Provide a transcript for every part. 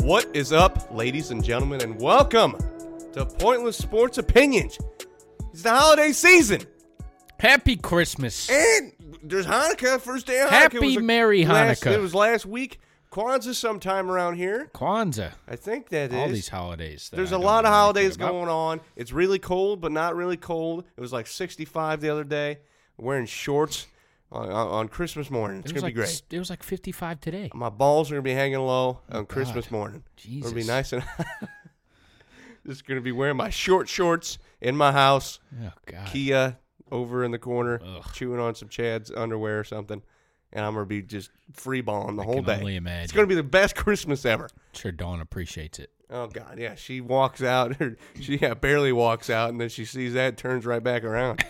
What is up, ladies and gentlemen, and welcome to Pointless Sports Opinions. It's the holiday season, Happy Christmas. and there's Hanukkah, first day of Hanukkah. Happy It was a- Merry last- Hanukkah. It was last week. Kwanzaa sometime around here. Kwanzaa. I think that is. All these holidays. that There's I a don't lot know of holidays anything about. going on. It's really cold, but not really cold. It was like 65 the other day. Wearing shorts on, on- on Christmas morning. It's It was gonna like, be great. It was like 55 today. My balls are gonna be hanging low on Oh, God. Christmas morning. It'll be Jesus. nice and just gonna be wearing my short shorts in my house. Oh, God. Kia over in the corner, Ugh. chewing on some Chad's underwear or something, and I'm gonna be just free balling the I whole can day. only It's imagine. gonna be the best Christmas ever. Sure, Dawn appreciates it. Oh God, yeah. She walks out, or she yeah, barely walks out, and then she sees that, turns right back around.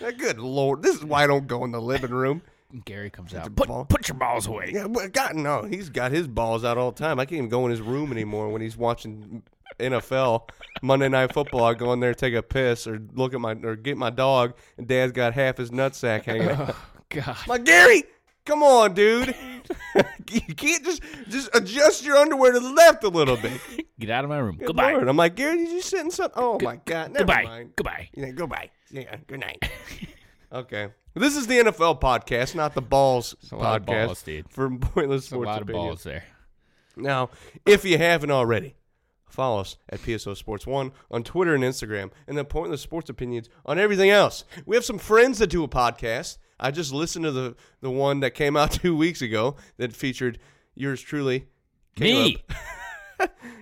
Now, Good Lord, this is why I don't go in the living room. And Gary comes a out. ball. Put, put your balls away. Yeah, well, God, no, he's got his balls out all the time. I can't even go in his room anymore when he's watching NFL Monday Night Football. I go in there, take a piss, or look at my, or get my dog, and Dad's got half his nutsack hanging. out. Oh, God. My Gary, come on, dude. you can't just just adjust your underwear to the left a little bit. Get out of my room. Good Goodbye. Lord. I'm like, Gary, did you sit in something? Oh my God. Never Goodbye. mind. Goodbye. Yeah, goodbye. Yeah, good night. okay. This is the NFL podcast, not the balls a podcast. lot of balls, dude. For pointless There's a sports lot of opinions. balls there. Now, if you haven't already, follow us at PSO Sports One on Twitter and Instagram, and then Pointless Sports Opinions on everything else. We have some friends that do a podcast. I just listened to the the one that came out two weeks ago that featured yours truly, Caleb. Me.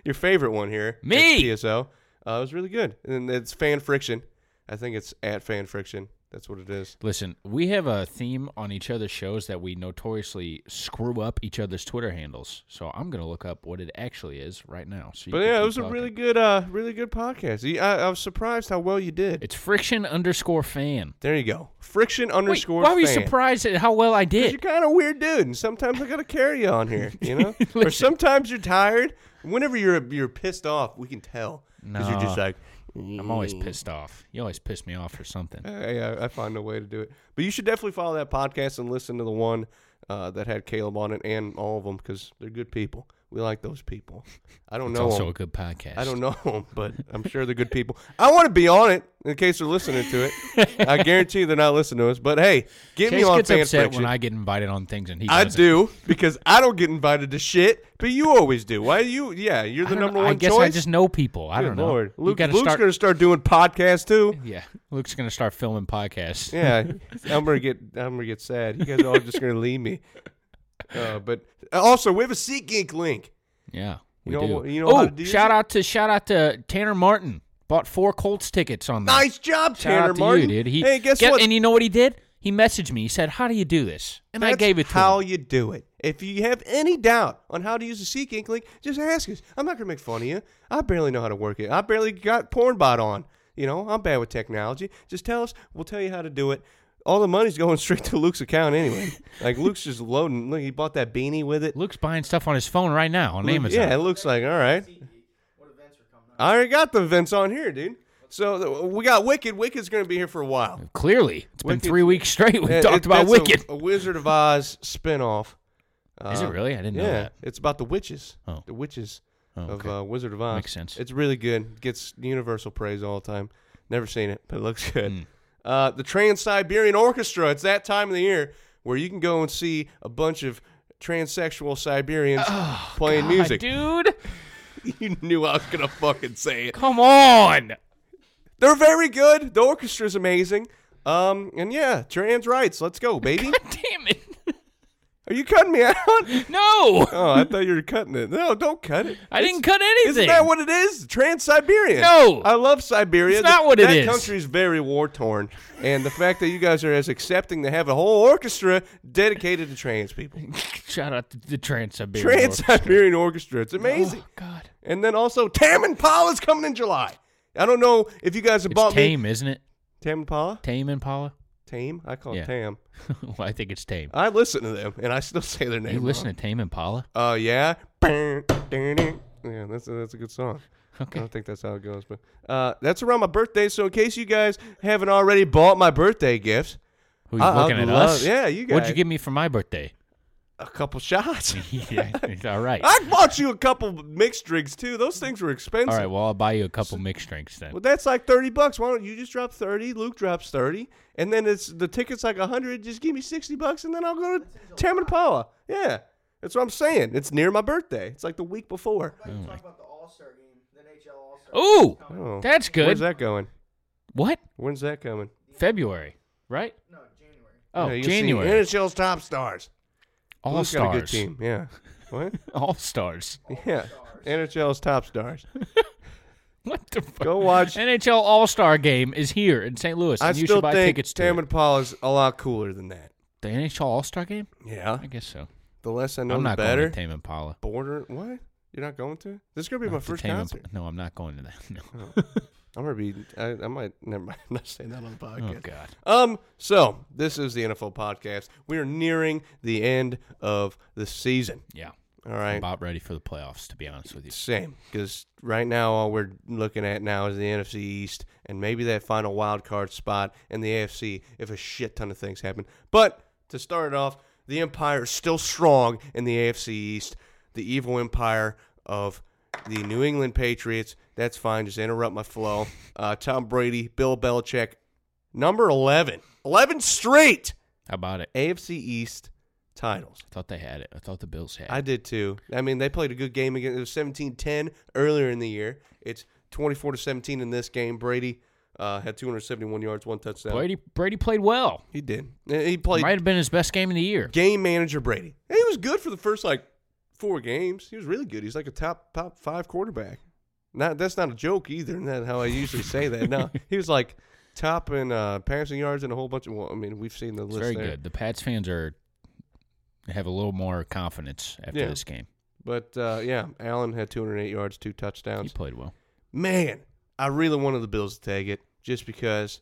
your favorite one here, at Me. PSO. Uh, it was really good, and it's Fan Friction. I think it's at Fan Friction. That's what it is. Listen, we have a theme on each other's shows that we notoriously screw up each other's Twitter handles. So I'm going to look up what it actually is right now. So you But can yeah, it keep was a talking. really good, uh, really good podcast. You- I, I was surprised how well you did. It's friction underscore fan. there you go. Friction underscore. Wait, why were you fan. surprised at how well I 'Cause did? You're kind of weird, dude, and sometimes I gotta carry you on here, you know. or sometimes you're tired. Whenever you're you're pissed off, we can tell because you're just No. like, I'm always pissed off. You always piss me off for something. hey, I, I find a way to do it. But you should definitely follow that podcast and listen to the one uh, that had Caleb on it and all of them because they're good people. We like those people. I don't It's know. also 'em. a good podcast. I don't know 'em, but I'm sure they're good people. I want to be on it in case they're listening to it. I guarantee they're not listening to us. But hey, get Chase me on gets fan upset fiction. when I get invited on things and he I doesn't. do because I don't get invited to shit, but you always do. Why you? Yeah, you're I the don't number know. one I guess choice. I just know people. I Good don't know. Lord. You Luke, gotta Luke's start- gonna start doing podcasts too. Yeah, Luke's gonna start filming podcasts. Yeah, I'm gonna get I'm gonna get sad. You guys are all just gonna leave me. Uh, but also, we have a SeatGeek link. Yeah, You we know- do. you know oh, how to do shout that? out to shout out to Tanner Martin. Bought four Colts tickets on that. Nice job, Shout Tanner out to Martin. you, dude. He, hey, guess get- what? And you know what he did? He messaged me. He said, "How do you do this?" And I That's gave it to how him. you do it. If you have any doubt on how to use a SeatGeek link, just ask us. I'm not gonna make fun of you. I barely know how to work it. I barely got Pornbot on. You know, I'm bad with technology. Just tell us. We'll tell you how to do it. All the money's going straight to Luke's account anyway. like Luke's just loading. Look, he bought that beanie with it. Luke's buying stuff on his phone right now on Look- Amazon. Yeah, it looks like. All right. I already got the events on here, dude. So th- we got Wicked. Wicked's going to be here for a while. Clearly, it's been Wicked- three weeks straight. We've It- talked it- about that's a- Wicked. A, Wizard of Oz spinoff. Uh, Is it really? I didn't yeah, know that. it's about the witches. Oh. The witches Oh, of okay. uh, Wizard of Oz. Makes sense. It's really good. Gets universal praise all the time. Never seen it, but it looks good. Hmm. Uh, the Trans Siberian Orchestra. It's that time of the year where you can go and see a bunch of transsexual Siberians playing music. Oh, dude. You knew I was gonna fucking say it. Come on. They're very good. The orchestra's amazing. Um, and yeah, trans rights. Let's go, baby. Damn it. Are you cutting me out? No, Oh, I thought you were cutting it. No, don't cut it. I didn't cut anything. Isn't that what it is? Trans Siberian. No. I love Siberia. It's not what it that is. country is very war torn. And the fact that you guys are as accepting to have a whole orchestra dedicated to trans people. Shout out to the Trans Siberian. Trans Siberian Orchestra. It's amazing. Oh God, And then also Tam and Paula's coming in July. I don't know if you guys have it's bought me. tame, isn't it? Tam and Paula? Tame Impala. Tame? I call it Yeah. Tam. well, I think it's tame. I listen to them and I still say their name. you wrong. listen to Tame Impala? Oh yeah. Yeah, that's a, that's a good song. I Okay. don't think that's how it goes, but uh, that's around my birthday. So in case you guys haven't already bought my birthday gifts, Who you I- I looking at love- us? yeah, you What'd guys- you give me for my birthday? a couple shots. yeah. All right. I bought you a couple mixed drinks too. Those things were expensive. All right. Well, I'll buy you a couple mixed drinks then. Well, that's like thirty bucks. Why don't you just drop thirty? Luke drops thirty, and then it's the ticket's like hundred. Just give me sixty bucks, and then I'll go to Tamanapawa. Yeah, that's what I'm saying. It's near my birthday. It's like the week before. Oh. Ooh, Oh, that's good. Where's that going? What? When's that coming? February, right? No, January. Oh, Yeah, you'll see January. NHL's top stars. All Luke's stars. Got a good team. Yeah. What? All stars. yeah. NHL's top stars. What the fuck? Go watch. NHL All Star Game is here in St. Louis, I and you still should buy think tickets to it. Tamanapawa is a lot cooler than that. the NHL All Star Game. Yeah. I guess so. The less Uh, I know, I'm the not better. going to Tame Impala. Border. What? You're not going to? This is gonna be Not my to first Tame Impala. concert. No, I'm not going to that. No. I'm gonna be. I, I might. Never mind. I'm not saying that on the Oh podcast. God. Um. So this is the NFL podcast. We are nearing the end of the season. Yeah. All right. About ready for the playoffs, to be honest with you. Same, because right now all we're looking at now is the NFC East and maybe that final wild card spot in the AFC if a shit ton of things happen. But to start it off, the Empire is still strong in the AFC East. The evil empire of the New England Patriots. That's fine. Just interrupt my flow. Uh, Tom Brady, Bill Belichick, number 11. 11 straight How about it? I AFC East titles. thought they had it. I thought the Bills had I it. did too. I mean, they played a good game against it was 17-10 earlier in the year. It's 24 to 17 in this game. Brady uh, had 271 yards, one touchdown. Brady Brady played well. He did. And He played Might have been his best game of the year. game manager Brady. And he was good for the first like four games. He was really good. He's like a top top 5 quarterback. Not that's not a joke either. Isn't that how I usually say that? No. He was like top in uh, passing yards and a whole bunch of well, I mean, we've seen the It's list very there. good. The Pats fans are have a little more confidence after Yeah. this game. But uh, yeah, Allen had 208 yards, two He touchdowns. played well. man, I really wanted the Bills to take it just because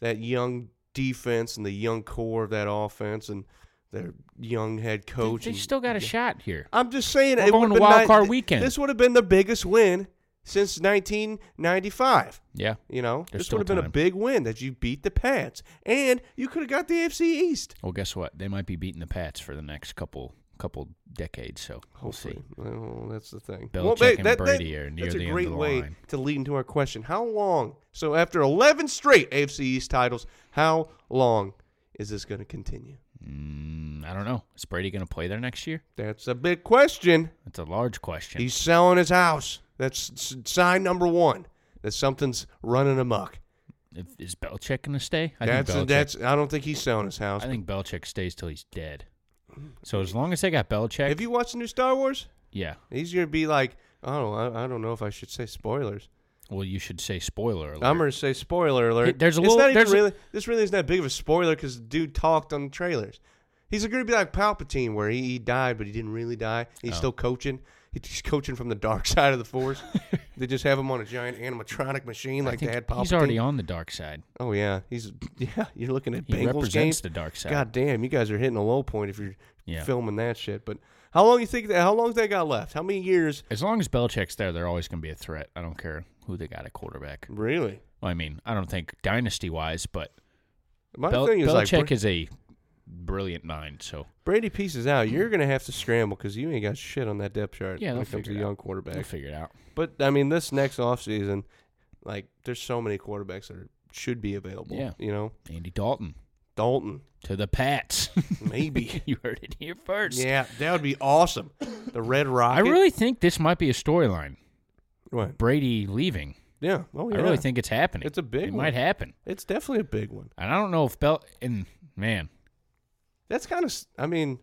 that young defense and the young core of that offense and their young head coach. They and- still got a shot here. I'm just saying, We're it going would've to been wild ni- card th- weekend. This would have been the biggest win since 1995. Yeah. You know, There's this would have still been a time. big win that you beat the Pats and you could have got the AFC East. Well, guess what? They might be beating the Pats for the next couple couple decades. So we'll see. Hopefully, well, that's the thing. Belichick well, they- and Brady are near that's the a end of great the way line. to lead into our question. How long? So after 11 straight AFC East titles, how long is this going to continue? Mm, I don't know. Is Brady going to play there next year? That's a big question. That's a large question. He's selling his house. That's s- sign number one that something's running amok. If, is Belichick going to stay? I that's think Belichick, that's. I don't think he's selling his house. I think Belichick stays till he's dead. So as long as they got Belichick, Mm. Have you watched the new Star Wars? yeah. He's going to be like, oh, I, I don't know if I should say spoilers. Well, you should say spoiler alert. I'm gonna say spoiler alert. Hey, there's a It's little- Not even there's a- really, this really isn't that big of a spoiler because the dude talked on the trailers. He's gonna be like Palpatine, where he, he died, but he didn't really die. Oh. He's still coaching. He's coaching from the dark side of the force. they just have him on a giant animatronic machine I like they think had Palpatine. he's already on the dark side. Oh yeah, he's yeah. You're looking at He Bengals represents games. the dark side. God damn, you guys are hitting a low point if you're Yeah. filming that shit. But how long you think that? How long they got left? How many years? As long as Belichick's there, they're always going to be a threat. I don't care who they got at quarterback. Really? Well, I mean, I don't think dynasty wise, but My Bel- thing is like Belichick Bra- is a brilliant mind. So Brady pieces out, you're going to have to scramble because you ain't got shit on that depth chart Yeah, when they'll it comes to figure it young out. we'll quarterback. figure it out. But, I mean, this next offseason, like, there's so many quarterbacks that are, should be available. Yeah. You know, Andy Dalton Dalton, to the Pats. maybe. you heard it here first. yeah, that would be awesome. The Red I Rocket. really think this might be a storyline. What? Brady leaving. Yeah. Oh, yeah. I really think it's happening. It's a big It one. might happen. it's definitely a big one. And I don't know if Bel and man, That's kind of, I mean,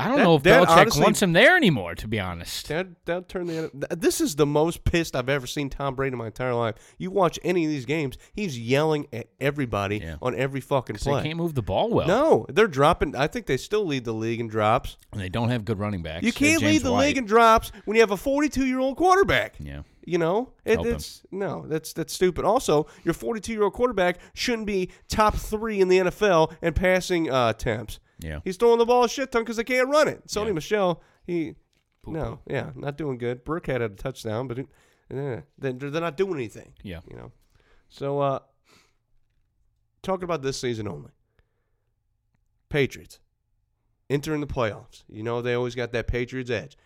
I don't That- know if that Belichick honestly- wants him there anymore, to be honest. That that turned the. th- This is the most pissed I've ever seen Tom Brady in my entire life. You watch any of these games, he's yelling at everybody Yeah. on every fucking 'Cause they play. can't move the ball well. No, they're dropping. I think they still lead the league in drops. And they don't have good running backs. You They're can't James lead the White. league in drops when you have a 42 year old quarterback. Yeah. You know, it, Help him. it's no, that's that's stupid. Also, your 42 year old quarterback shouldn't be top three in the NFL in passing uh, attempts. Yeah. He's throwing the ball a shit ton because they can't run it. Sony Michelle, he no, yeah, not doing good. Burke had a touchdown, but it, yeah, they're, they're not doing anything. Yeah. You know, so uh, talking about this season only. Patriots entering the playoffs. You know they always got that Patriots edge.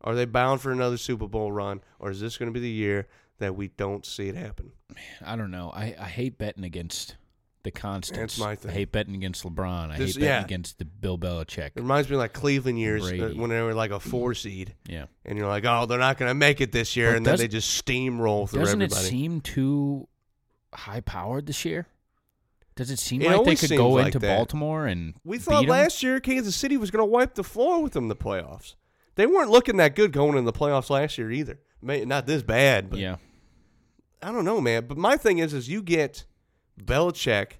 Are they bound for another Super Bowl run, or is this going to be the year that we don't see it happen? I don't know. I, I hate betting against the constants. my I thing. hate betting against LeBron. I This- hate betting yeah. against the Bill Belichick. It reminds me of like Cleveland years uh, Brady. when they were like a four seed, Yeah. and you're like, oh, they're not going to make it this year, But and then they doesn't- just steamroll through Doesn't everybody. it seem too high powered this year? Does it seem It like they always could seems go like into that. Baltimore and we beat thought 'em? last year Kansas City was going to wipe the floor with them in the playoffs. They weren't looking that good going in the playoffs last year either. May, not this bad, but Yeah. I don't know, man. But my thing is, is you get Belichick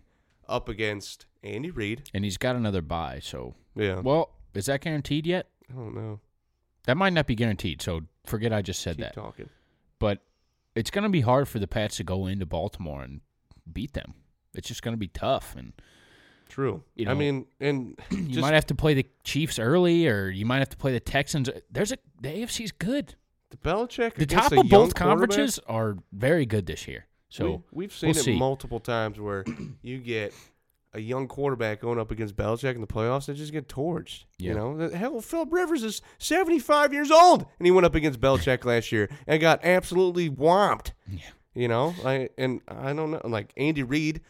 up against Andy Reid. And he's got another buy, so Yeah, well, is that guaranteed yet? I don't know. That might not be guaranteed, so forget I just said Keep that. talking. But it's going to be hard for the Pats to go into Baltimore and beat them. It's just going to be tough, and True. You I know, mean, and you just, might have to play the Chiefs early, or you might have to play the Texans. There's a the AFC's good. the Belichick. The against top a of both young quarterback, conferences are very good this year. So we, have seen we'll it see. multiple times where you get a young quarterback going up against Belichick in the playoffs. They just get torched. Yeah. You know, The- hell, Philip Rivers is seventy-five years old, and he went up against Belichick last year and got absolutely whomped. Yeah. You know, I and I don't know, like Andy Reid.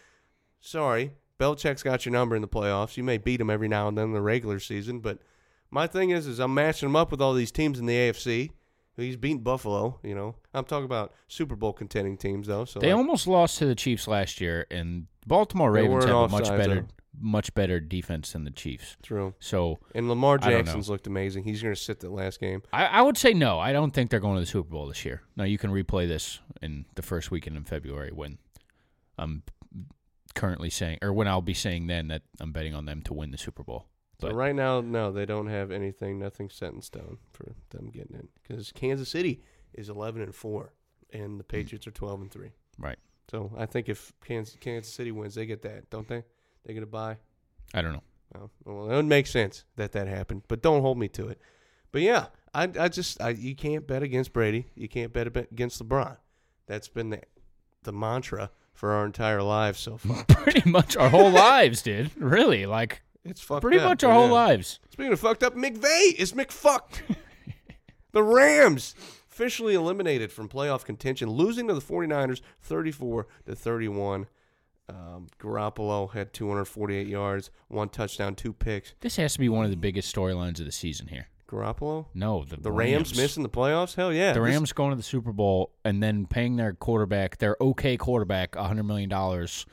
Sorry, Belichick's got your number in the playoffs. You may beat him every now and then in the regular season, but my thing is, is I'm matching him up with all these teams in the AFC. He's beaten Buffalo. You know, I'm talking about Super Bowl contending teams though. So they like, almost lost to the Chiefs last year, and Baltimore They weren't Ravens have a much offsides, better though. much better defense than the Chiefs. True. So And Lamar I don't know. Jackson's looked amazing. He's going to sit that last game. I, I would say no. I don't think they're going to the Super Bowl this year. Now you can replay this in the first weekend in February when I'm currently saying, or when I'll be saying then that I'm betting on them to win the Super Bowl. But But right now, no, they don't have anything, nothing set in stone for them getting in because Kansas City is 11 and four, and the Patriots are 12 and three. right, So I think if Kansas, Kansas City wins, they get that, don't they? They get a bye. I don't know. Oh, well, it would make sense that that happened, but don't hold me to it. But yeah, I, I just I, you can't bet against Brady. You can't bet ab- against LeBron. That's been the the mantra for our entire lives so far. Pretty much our whole lives, dude. Really, like It's fucked pretty up, much our whole yeah. lives. Speaking of fucked up, McVay is McFucked. the Rams officially eliminated from playoff contention, losing to the 49ers 34 to 31. Um, Garoppolo had 248 yards, one touchdown, two picks. This has to be one of the biggest storylines of the season here. Garoppolo? No, the, The Rams, missing the playoffs? Hell yeah. the This- Rams going to the Super Bowl and then paying their quarterback, their okay quarterback, hundred million dollars,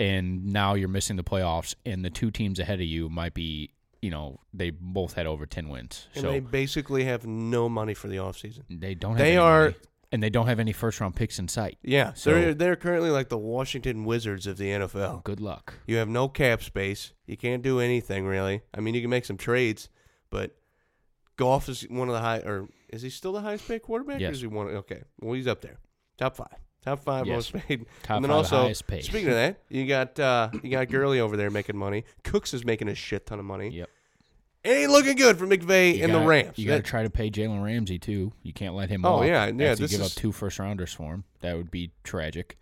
and now you're missing the playoffs. And the two teams ahead of you might be, you know, they both had over ten wins, and so they they, basically have no money for the offseason. don't. Have they any are- money. and they don't have any first round picks in sight. Yeah. So- they're, they're currently like the Washington Wizards of the NFL. Good luck. You have no cap space. You can't do anything really. I mean, you can make some trades, but golf is one of the high. Or is he still the highest paid quarterback? Or Yes. is he one? Okay, well he's up there, top five, top five Yes. most paid. Top and then five also, highest paid. Speaking of that, you got uh, you got Gurley over there making money. Cooks is making a shit ton of money. Yep. It ain't looking good for McVay You and the gotta- Rams. You got to That- try to pay Jalen Ramsey too. You can't let him. Oh, walk yeah, yeah, After you this give is- up two first rounders for him, that would be tragic.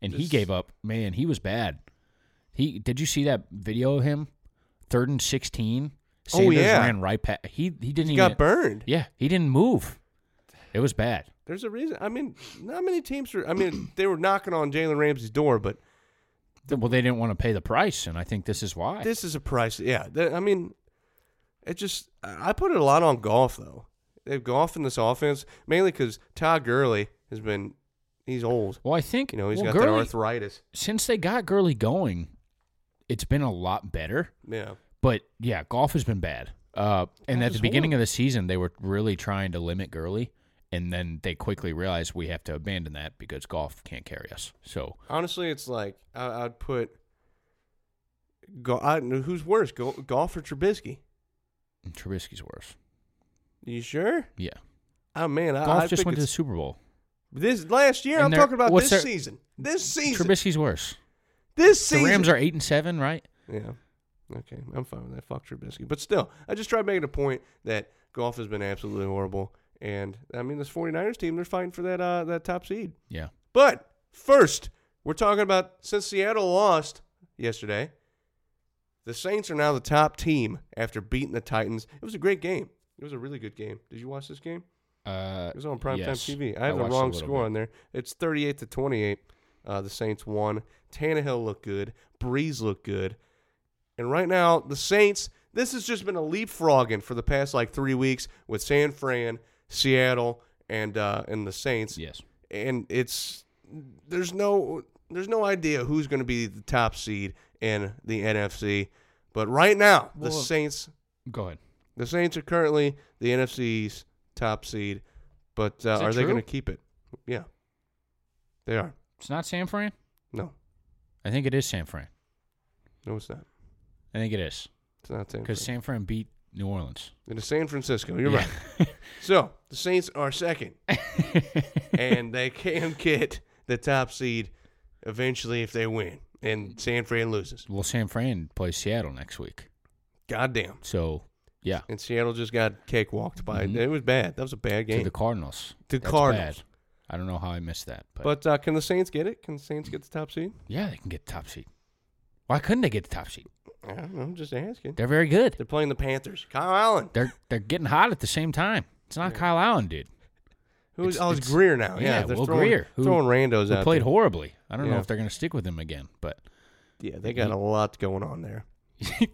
And he This- gave up. Man, he was bad. He did you see that video of him? Third and sixteen. Oh, Sanders yeah. ran right past. He he didn't he even. got burned. Yeah, he didn't move. It was bad. There's a reason. I mean, not many teams are. I mean, they were knocking on Jalen Ramsey's door, but Well, they didn't want to pay the price, and I think this is why. This is a price. Yeah, Th- I mean, it just I I put it a lot on golf though. They've golf in this offense mainly because Todd Gurley has been he's old. well, I think You know he's well, got that Gurley- arthritis. Since they got Gurley going, it's been a lot better. Yeah, But yeah, golf has been bad. Uh, and That at the is beginning of the season, they were really trying to limit Gurley, and then they quickly realized we have to abandon that because golf can't carry us. So Honestly, it's like I, I'd put. Go, I, don't know who's worse, go, golf or Trubisky? Trubisky's worse. You sure? Yeah, Oh man, I, golf I just think went to the it's- Super Bowl. this last year. And I'm they're- talking about what's this their- season. This season. Trubisky's worse. This season. The Rams are eight and seven, right? Yeah. Okay, I'm fine with that. Fuck Trubisky. But still, I just tried making a point that golf has been absolutely horrible. And I mean, this 49ers team, they're fighting for that uh, that top seed. Yeah. But first, we're talking about since Seattle lost yesterday, the Saints are now the top team after beating the Titans. It was a great game. It was a really good game. Did you watch this game? Uh, It was on primetime yes. TV. I have the watched a wrong little score bit. on there. It's 38 to 28. Uh, the Saints won. Tannehill looked good. Breeze looked good. And right now, the Saints, this has just been a leapfrogging for the past like three weeks with San Fran, Seattle, and uh, and the Saints. Yes. And it's there's no there's no idea who's going to be the top seed in the NFC. But right now, the Well- Saints Go ahead. the Saints are currently the NFC's top seed, but uh, Is that are they true? going to keep it? Yeah, they are. It's not San Fran. No, I think it is San Fran. no, it's not. I think it is It's not San because Francisco. San Fran beat New Orleans. It is San Francisco. You're Yeah. right. So the Saints are second, and they can get the top seed eventually if they win, and San Fran loses. well, San Fran plays Seattle next week, Goddamn. so yeah, And Seattle just got cakewalked by. It was bad. That was a bad Mm-hmm. to game. the Cardinals. The That's Cardinals. bad. I don't know how I missed that, but, But uh, can the Saints get it? Can the Saints get the top seed? yeah, they can get the top seed. Why couldn't they get the top seed? I don't know. I'm just asking. They're very good. They're playing the Panthers. Kyle Allen. They're they're getting hot at the same time. It's not Kyle Allen, dude. Who's It's- oh, it's, it's- Greer now? Yeah, yeah, they're Will throwing, Grier, who- throwing randos Who out. played there. horribly. I don't know Yeah. if they're going to stick with him again, but Yeah, they got a lot going on there.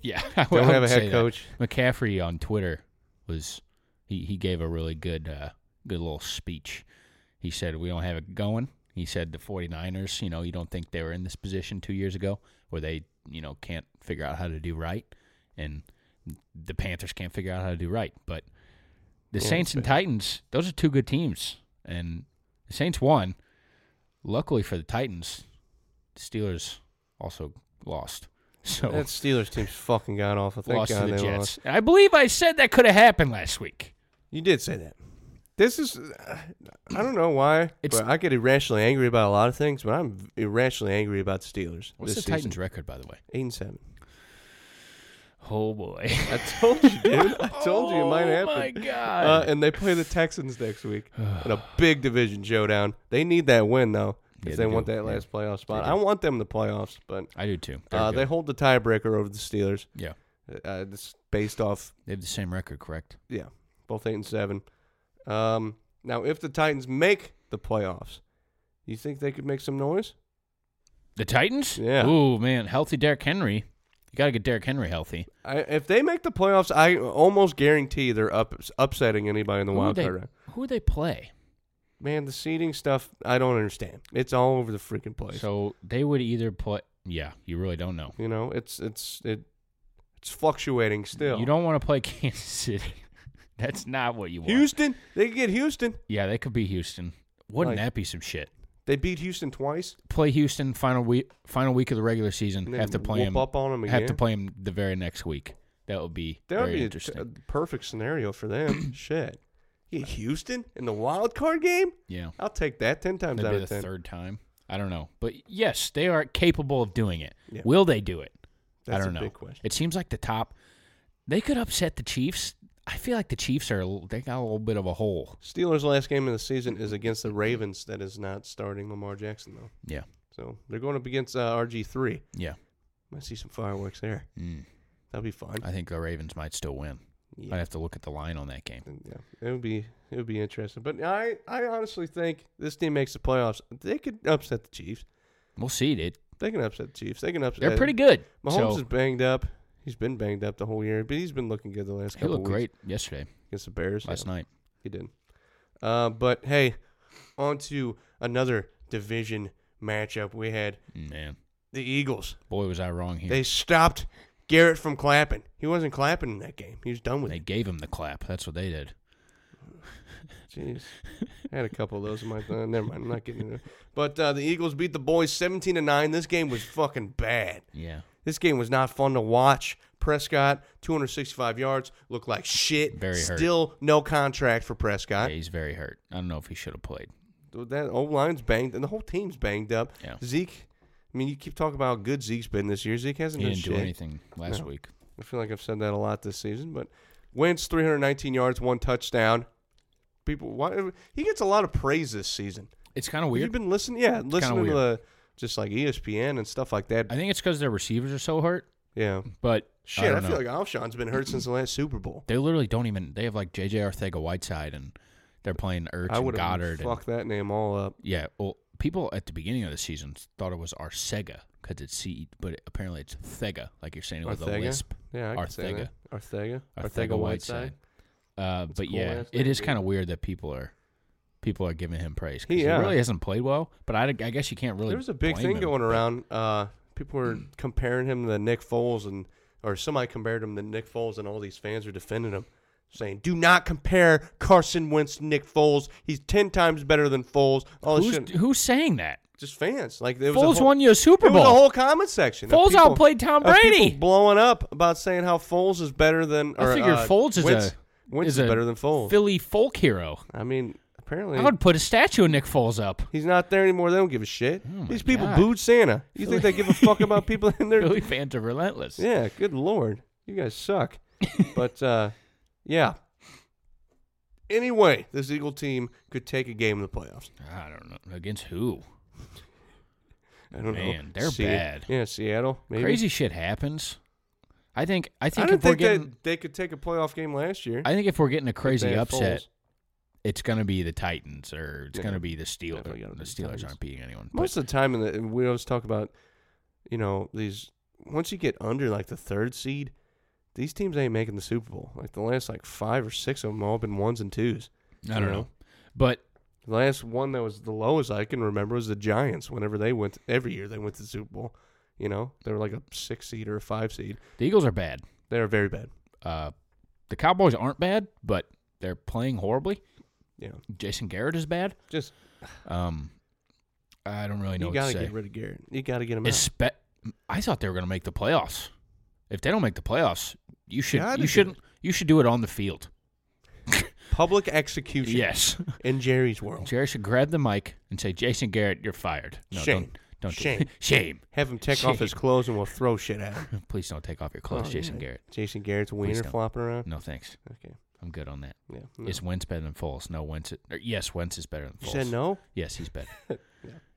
yeah, I Don't have would a head say that. coach. McCaffrey on Twitter was he, he gave a really good uh, good little speech. He said we don't have it going. He said the 49ers, you know, you don't think they were in this position 2 years ago where they, you know, can't figure out how to do right and the Panthers can't figure out how to do right, but the Yeah, Saints and Titans, those are two good teams and the Saints won. Luckily for the Titans, the Steelers also lost. So That Steelers team's fucking god awful. Thank lost God to the they Jets. lost. And I believe I said that could have happened last week. You did say that. This is, uh, I don't know why, It's- but I get irrationally angry about a lot of things, but I'm irrationally angry about the Steelers. What's this the Titans' season. record, by the way? Eight and seven. Oh boy! I told you, dude. I told you it might Oh, happen. my God. Uh, and they play the Texans next week in a big division showdown. They need that win though if Yeah, they, they want do. that Yeah. last playoff spot. I want them in the playoffs, but I do too. They're Uh, they good. hold the tiebreaker over the Steelers. yeah, Uh, it's based off, they have the same record, correct? yeah, both eight and seven. Um, now, if the Titans make the playoffs, you think they could make some noise? The Titans? Yeah. Ooh man, healthy Derrick Henry. You got to get Derrick Henry healthy. I, if they make the playoffs, I almost guarantee they're up, upsetting anybody in the who wild they, card round. Who they play? Man, the seeding stuff, I don't understand. It's all over the freaking place. So they would either play. Yeah, you really don't know. you know, it's it's it, it's fluctuating still. You don't want to play Kansas City. That's not what you want. Houston, they could get Houston. Yeah, they could be Houston. Wouldn't Like- that be some shit? They beat Houston twice. play Houston final week final week of the regular season. And then Have to play whoop him. up on 'em Have to again? play him the very next week. That would be That would very be a uh, t- interesting. a, perfect scenario for them. Shit. Yeah, Houston in the wild card game? yeah, I'll take that 10 times that'd out be of the 10. third time. I don't know, but yes, they are capable of doing it. Yeah. Will they do it? That's I a don't know. big question. It seems like the top. They could upset the Chiefs. I feel like the Chiefs are. a l- They got a little bit of a hole. Steelers' last game of the season is against the Ravens. That is not starting Lamar Jackson, though. Yeah, So they're going up against uh, RG3. yeah. Might see some fireworks there. Mm. That'll be fun. I think the Ravens might still win. Yeah. I'd have to look at the line on that game. And, yeah, it would be it would be interesting. But I, I honestly think this team makes the playoffs. They could upset the Chiefs. We'll see, dude. They can upset the Chiefs. They can upset. They're pretty good. Mahomes so, is banged up. He's been banged up the whole year, but he's been looking good the last he couple looked weeks great yesterday, against the Bears. last Yeah, night. he did. Uh, but hey, on to another division matchup. We had Mm, Man, the Eagles. boy was I wrong here. They stopped Garrett from clapping. He wasn't clapping in that game. He was done with They it. gave him the clap. That's what they did. Jeez. I had a couple of those in my. Uh, never mind. I'm not getting into it. But uh, the Eagles beat the boys 17 to 9. This game was fucking bad. Yeah. This game was not fun to watch. Prescott, 265 yards, looked like shit. Very hurt. Still no contract for yeah. Prescott. He's very hurt. I don't know if he should have played. Dude, That old line's banged, and the whole team's banged up. Yeah. Zeke, I mean, you keep talking about how good Zeke's been this year. Zeke hasn't He done didn't do shit. anything last No. week. I feel like I've said that a lot this season, but Wentz 319 yards, one touchdown. People, why he gets a lot of praise this season. It's kind of Have you weird. been listening? Yeah, listening to weird. the, just like E ESPN and stuff like that. I think it's because their receivers are so hurt. yeah, But shit. I, don't feel know. like Alshon's been hurt since the last Super Bowl. they literally don't even. They have like J.J. Arthega Whiteside, and they're playing Ertz I and would have Goddard. and- fucked that name all up. yeah. Well, people at the beginning of the season thought it was Arcega because it's C, E, but apparently it's Thega, like you're saying it with a Arthega? lisp. Yeah, I can say that. Arthega. Arthega Whiteside. Uh, That's a but cool yeah, last it name, is dude. kind of weird that people are people are giving him praise 'cause Yeah. he really hasn't played well. But I, I guess you can't really. There was a big blame thing him, going but around. Uh, people were comparing him to Nick Foles, and or somebody compared him to Nick Foles, and all these fans are defending him, saying, "Do not compare Carson Wentz to Nick Foles. He's ten times better than Foles." All this Who's, shit. who's saying that? Just fans. Like there was Foles a whole, won you a Super It was a Bowl. whole comment section. of Foles people- outplayed Tom of people Brady. blowing up about saying how Foles is better than. I or, figure uh, Foles is Wentz, a Wentz is is, a better than Foles. Philly folk hero. I mean, apparently I would put a statue of Nick Foles up. He's not there anymore. They don't give a shit. Oh, my These people God. booed Santa. You think they give a fuck about people in their? Philly fans are relentless. Yeah, good lord, you guys suck. but uh, yeah. Anyway, this Eagle team could take a game in the playoffs. I don't know against who. I don't know. Man, they're Se- bad. Yeah, Seattle. Maybe. Crazy shit happens. I think. I I think didn't if we're think getting. that they could take a playoff game last year. I think if we're getting a If crazy they had upset, Foles. it's gonna be the Titans or it's Yeah. gonna be the Steelers. Definitely gotta The be the Steelers Titans. aren't beating anyone. but- Most of the time, in the, we always talk about, you know, these. Once you get under like the third seed, these teams ain't making the Super Bowl. Like the last like five or six of them all been ones and twos. I don't you know. But The last one that was the lowest I can remember was the Giants. Whenever they went, every year they went to the Super Bowl. You know, they were like a six seed or a five seed. the Eagles are bad. They are very bad. Uh, the Cowboys aren't bad, but they're playing horribly. You know, Jason Garrett is bad. just Um, I don't really know you what gotta to say. get rid of Garrett. You gotta get him out. Espe- I thought they were going to make the playoffs. If they don't make the playoffs, you should Gotta you do shouldn't you should do it on the field. Public execution. Yes, In Jerry's world, Jerry should grab the mic and say, "Jason Garrett, you're fired." No, Shame. don't don't do- Shame. shame. have him take off his clothes and we'll throw shit at him. Please don't take off your clothes, Oh, Jason yeah. Garrett. Jason Garrett's wiener don't. Mm. flopping around. No thanks. Okay. I'm good on that. Yeah. Is Wentz better than Foles? No, Wentz. Or yes, Wentz is better than Foles. you said no? Yes, he's better.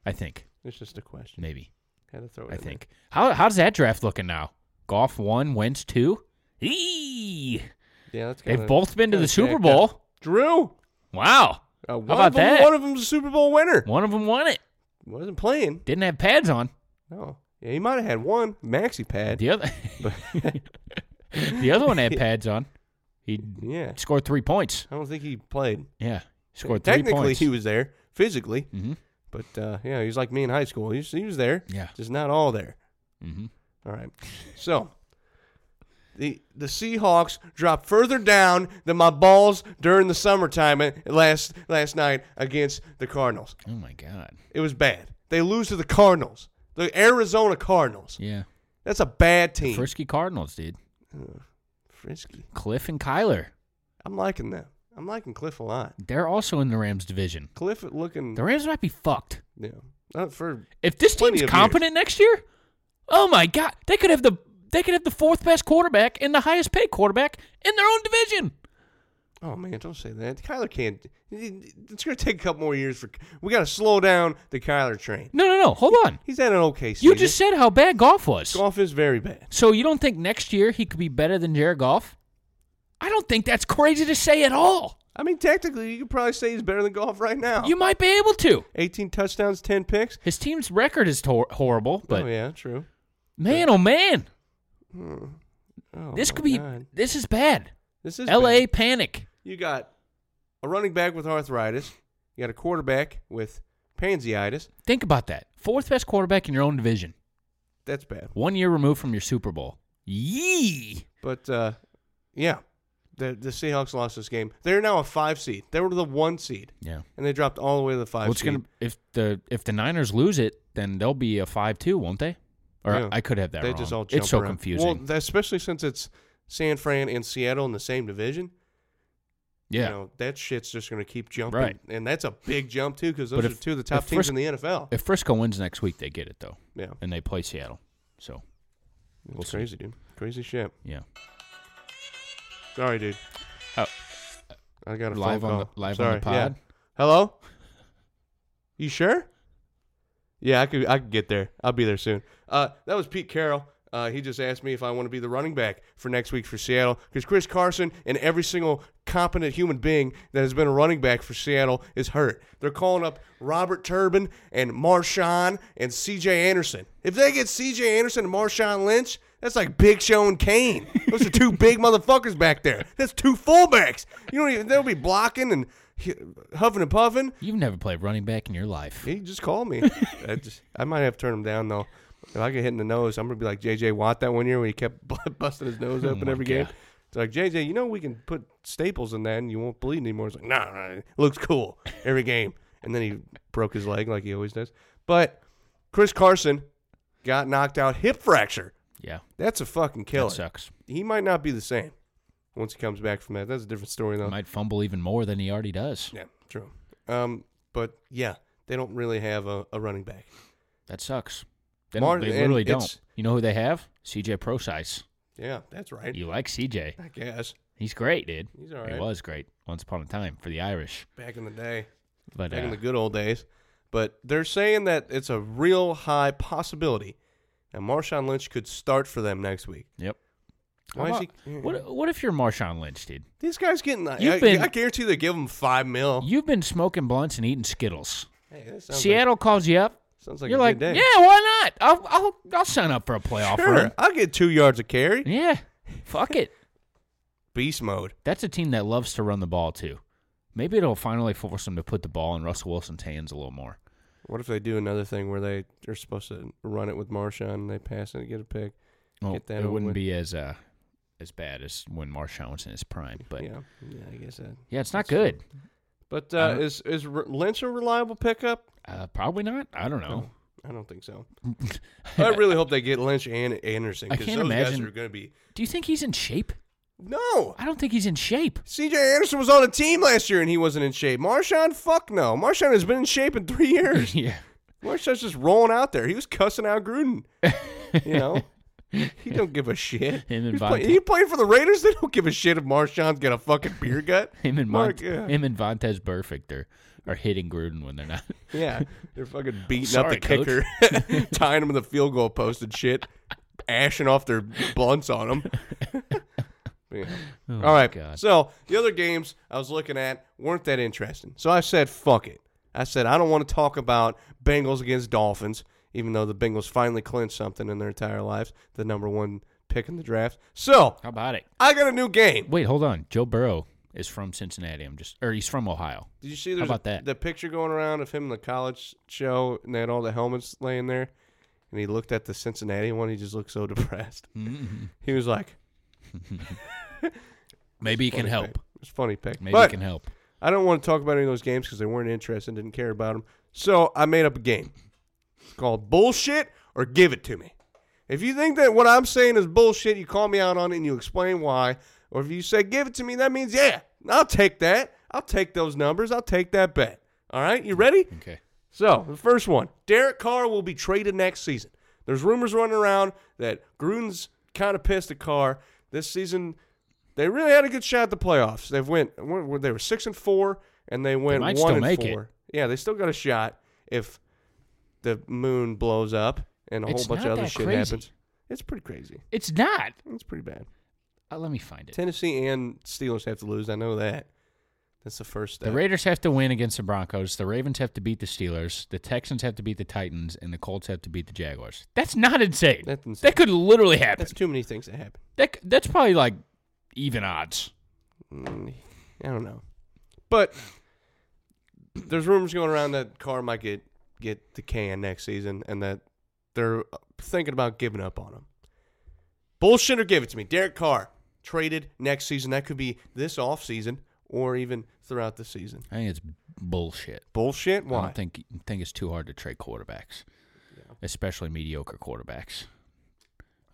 I think It's just a question. maybe. Had to throw it I in there. think. How how's that draft looking now? Golf one, Wentz two. Eee! Yeah, that's They've kinda- both been to kinda the Super jacked up. Bowl. Drew. Wow. Uh, one about of them, that? One of them's a Super Bowl winner. One of them won it. Wasn't playing. Didn't have pads on. No. Yeah, he might have had one maxi pad. The other The other one had pads on. He Yeah. scored 3 points. I don't think he played. Yeah. Scored 3 Technically, points. he was there physically, Mhm. but uh, yeah, he was like me in high school. He was, he was there, Yeah. just not all there. Mhm. All right. So the the Seahawks dropped further down than my balls during the summertime uh, last last night against the Cardinals. Oh my god. It was bad. They lose to the Cardinals, the Arizona Cardinals. Yeah. That's a bad team. Frisky Cardinals, dude. Ugh, frisky. Cliff and Kyler. I'm liking them. I'm liking Cliff a lot. They're also in the Rams division. Cliff looking. The Rams might be fucked. Yeah. Not for If this Plenty team's of years. competent next year, oh my god, they could have the they could have the fourth best quarterback and the highest paid quarterback in their own division. Oh man, don't say that. Kyler can't. It's gonna take a couple more years for. We gotta slow down the Kyler train. No, no, no. Hold on. He's at an okay season. You just said how bad golf was. golf is very bad. So you don't think next year he could be better than Jared Goff? I don't think that's crazy to say at all. I mean, technically, you could probably say he's better than golf right now. You might be able to. 18 touchdowns, 10 picks. His team's record is tor- horrible, but oh yeah, true. man, oh man, Oh, this could my be God. this is bad. This is L.A. bad. panic. You got a running back with arthritis. You got a quarterback with pansyitis. Think about that. Fourth best quarterback in your own division. That's bad. One year removed from your Super Bowl. Yee. But uh, yeah, the the Seahawks lost this game. They're now a five seed. They were the one seed, Yeah. and they dropped all the way to the five. Well, it's seed. gonna if the if the Niners lose it, then they'll be a five two, won't they? Or Yeah. I could have that they wrong. just all jump it's so around. confusing. Well, that- especially since it's San Fran and Seattle in the same division. yeah. You know, that shit's just going to keep jumping. Right. And that's a big jump, too, because those But are if- two of the top if teams Fris- in the NFL. if Frisco wins next week, they get it though, yeah. and they play Seattle. So It's we'll see. crazy, dude. Crazy shit. yeah, Sorry, dude. Oh. I got a Live phone on the- call. live on Sorry. the pod? Yeah. Hello? You sure? Yeah, I could I could get there. I'll be there soon. Uh, that was Pete Carroll. Uh, he just asked me if I want to be the running back for next week for Seattle because Chris Carson and every single competent human being that has been a running back for Seattle is hurt. They're calling up Robert Turbin and Marshawn and C.J. Anderson. If they get C.J. Anderson and Marshawn Lynch, that's like Big Show and Kane. Those are two big motherfuckers back there. That's two fullbacks. You don't even. They'll be blocking and hu- huffing and puffing. you've never played running back in your life. He just called me. I, just, I might have turned him down though. If I get hit in the nose, I'm gonna be like JJ Watt that one year when he kept bu- busting his nose open Oh my every game. God. It's like JJ, you know we can put staples in that and you won't bleed anymore. It's like nah, nah, it looks cool every game. And then he broke his leg like he always does. But Chris Carson got knocked out hip fracture. Yeah, That's a fucking killer. that sucks. He might not be the same once he comes back from that. That's a different story though. Might fumble even more than he already does. Yeah, true. Um, but yeah, they don't really have a, a running back. That sucks. They, Mar- don't, they and literally it's- don't. You know who they have? CJ Procise. Yeah, that's right. You like CJ? I guess He's great, dude. He's all right. He was great once upon a time for the Irish. back in the day, But back uh, in the good old days. But they're saying that it's a real high possibility, and Marshawn Lynch could start for them next week. yep. Why How is about- he? What What if you're Marshawn Lynch, dude? These guys getting. I, You've I, been- I guarantee they give him five mil. You've been smoking blunts and eating Skittles. Hey, that Oh. sounds Seattle calls you up. Like, sounds like you're a like, good day. yeah, why not? I'll, I'll I'll sign up for a playoff sure. run. I'll get two yards of carry. Yeah, fuck it. Beast mode. That's a team that loves to run the ball too. Maybe it'll finally force them to put the ball in Russell Wilson's hands a little more. What if they do another thing where they are supposed to run it with Marshawn and they pass it and get a pick? Well, Get that it over wouldn't with. be as uh as bad as when Marshawn was in his prime. But yeah, yeah, yeah, I guess that. it's not good. But I uh, don't- is is Re- Lynch a reliable pickup? Uh, probably not. I don't know. I don't think so. I really hope they get Lynch and Anderson I because those can't guys imagine- are going to be. Do you think he's in shape? No, I don't think he's in shape. C.J. Anderson was on a team last year and he wasn't in shape. Marshawn, fuck no. Marshawn has been in shape in three years. yeah. Marshawn's just rolling out there. He was cussing out Gruden. You know, he don't give a shit. Him and He's Von play- Ta- he played for the Raiders. They don't give a shit if Marshawn's got a fucking beer gut. Him and Mark, Mont- yeah. him and Vontez Burfict are, are hitting Gruden when they're not. Yeah, they're fucking beating Sorry, up the kicker, tying them to the field goal post and shit, ashing off their blunts on them. Oh, All right, God. so the other games I was looking at weren't that interesting, so I said, "Fuck it." I said I don't want to talk about Bengals against Dolphins, even though the Bengals finally clinched something in their entire lives, the number one pick in the draft. So How about it? I got a new game. Wait, hold on. Joe Burrow is from Cincinnati. I'm just, or he's from Ohio. Did you see there's about a- that? the picture going around of him in the college show and they had all the helmets laying there? And he looked at the Cincinnati one. He just looked so depressed. Mm-hmm. He was like, Maybe he can funny help. pick. It's a funny pick. Maybe but he can help. I don't want to talk about any of those games because they weren't interesting, didn't care about them. So I made up a game. It's called Bullshit or Give It To Me. If you think that what I'm saying is bullshit, you call me out on it and you explain why. Or if you say Give It To Me, that means, yeah, I'll take that. I'll take those numbers. I'll take that bet. All right, you ready? Okay. So the first one, Derek Carr will be traded next season. There's rumors running around that Gruden's kind of pissed at Carr this season. They really had a good shot at the playoffs. They went went- were- they were six and four, and they went one might still and make it. four. Yeah, they still got a shot if the moon blows up and a It's whole bunch of not other that shit crazy. happens. It's pretty crazy. It's not. It's pretty bad. Uh, let me find it. Tennessee and Steelers have to lose. I know that. That's the first step. The Raiders have to win against the Broncos. The Ravens have to beat the Steelers. The Texans have to beat the Titans, and the Colts have to beat the Jaguars. That's not insane. That's insane. That could literally happen. That's too many things that happen. That c- that's probably like even odds. Mm, I don't know. But there's rumors going around that Carr might get get the can next season, and that they're thinking about giving up on him. Bullshitter gave it to me. Derek Carr traded next season. That could be this offseason or even throughout the season. I think it's bullshit. Bullshit? Why? I don't think think it's too hard to trade quarterbacks, especially mediocre quarterbacks.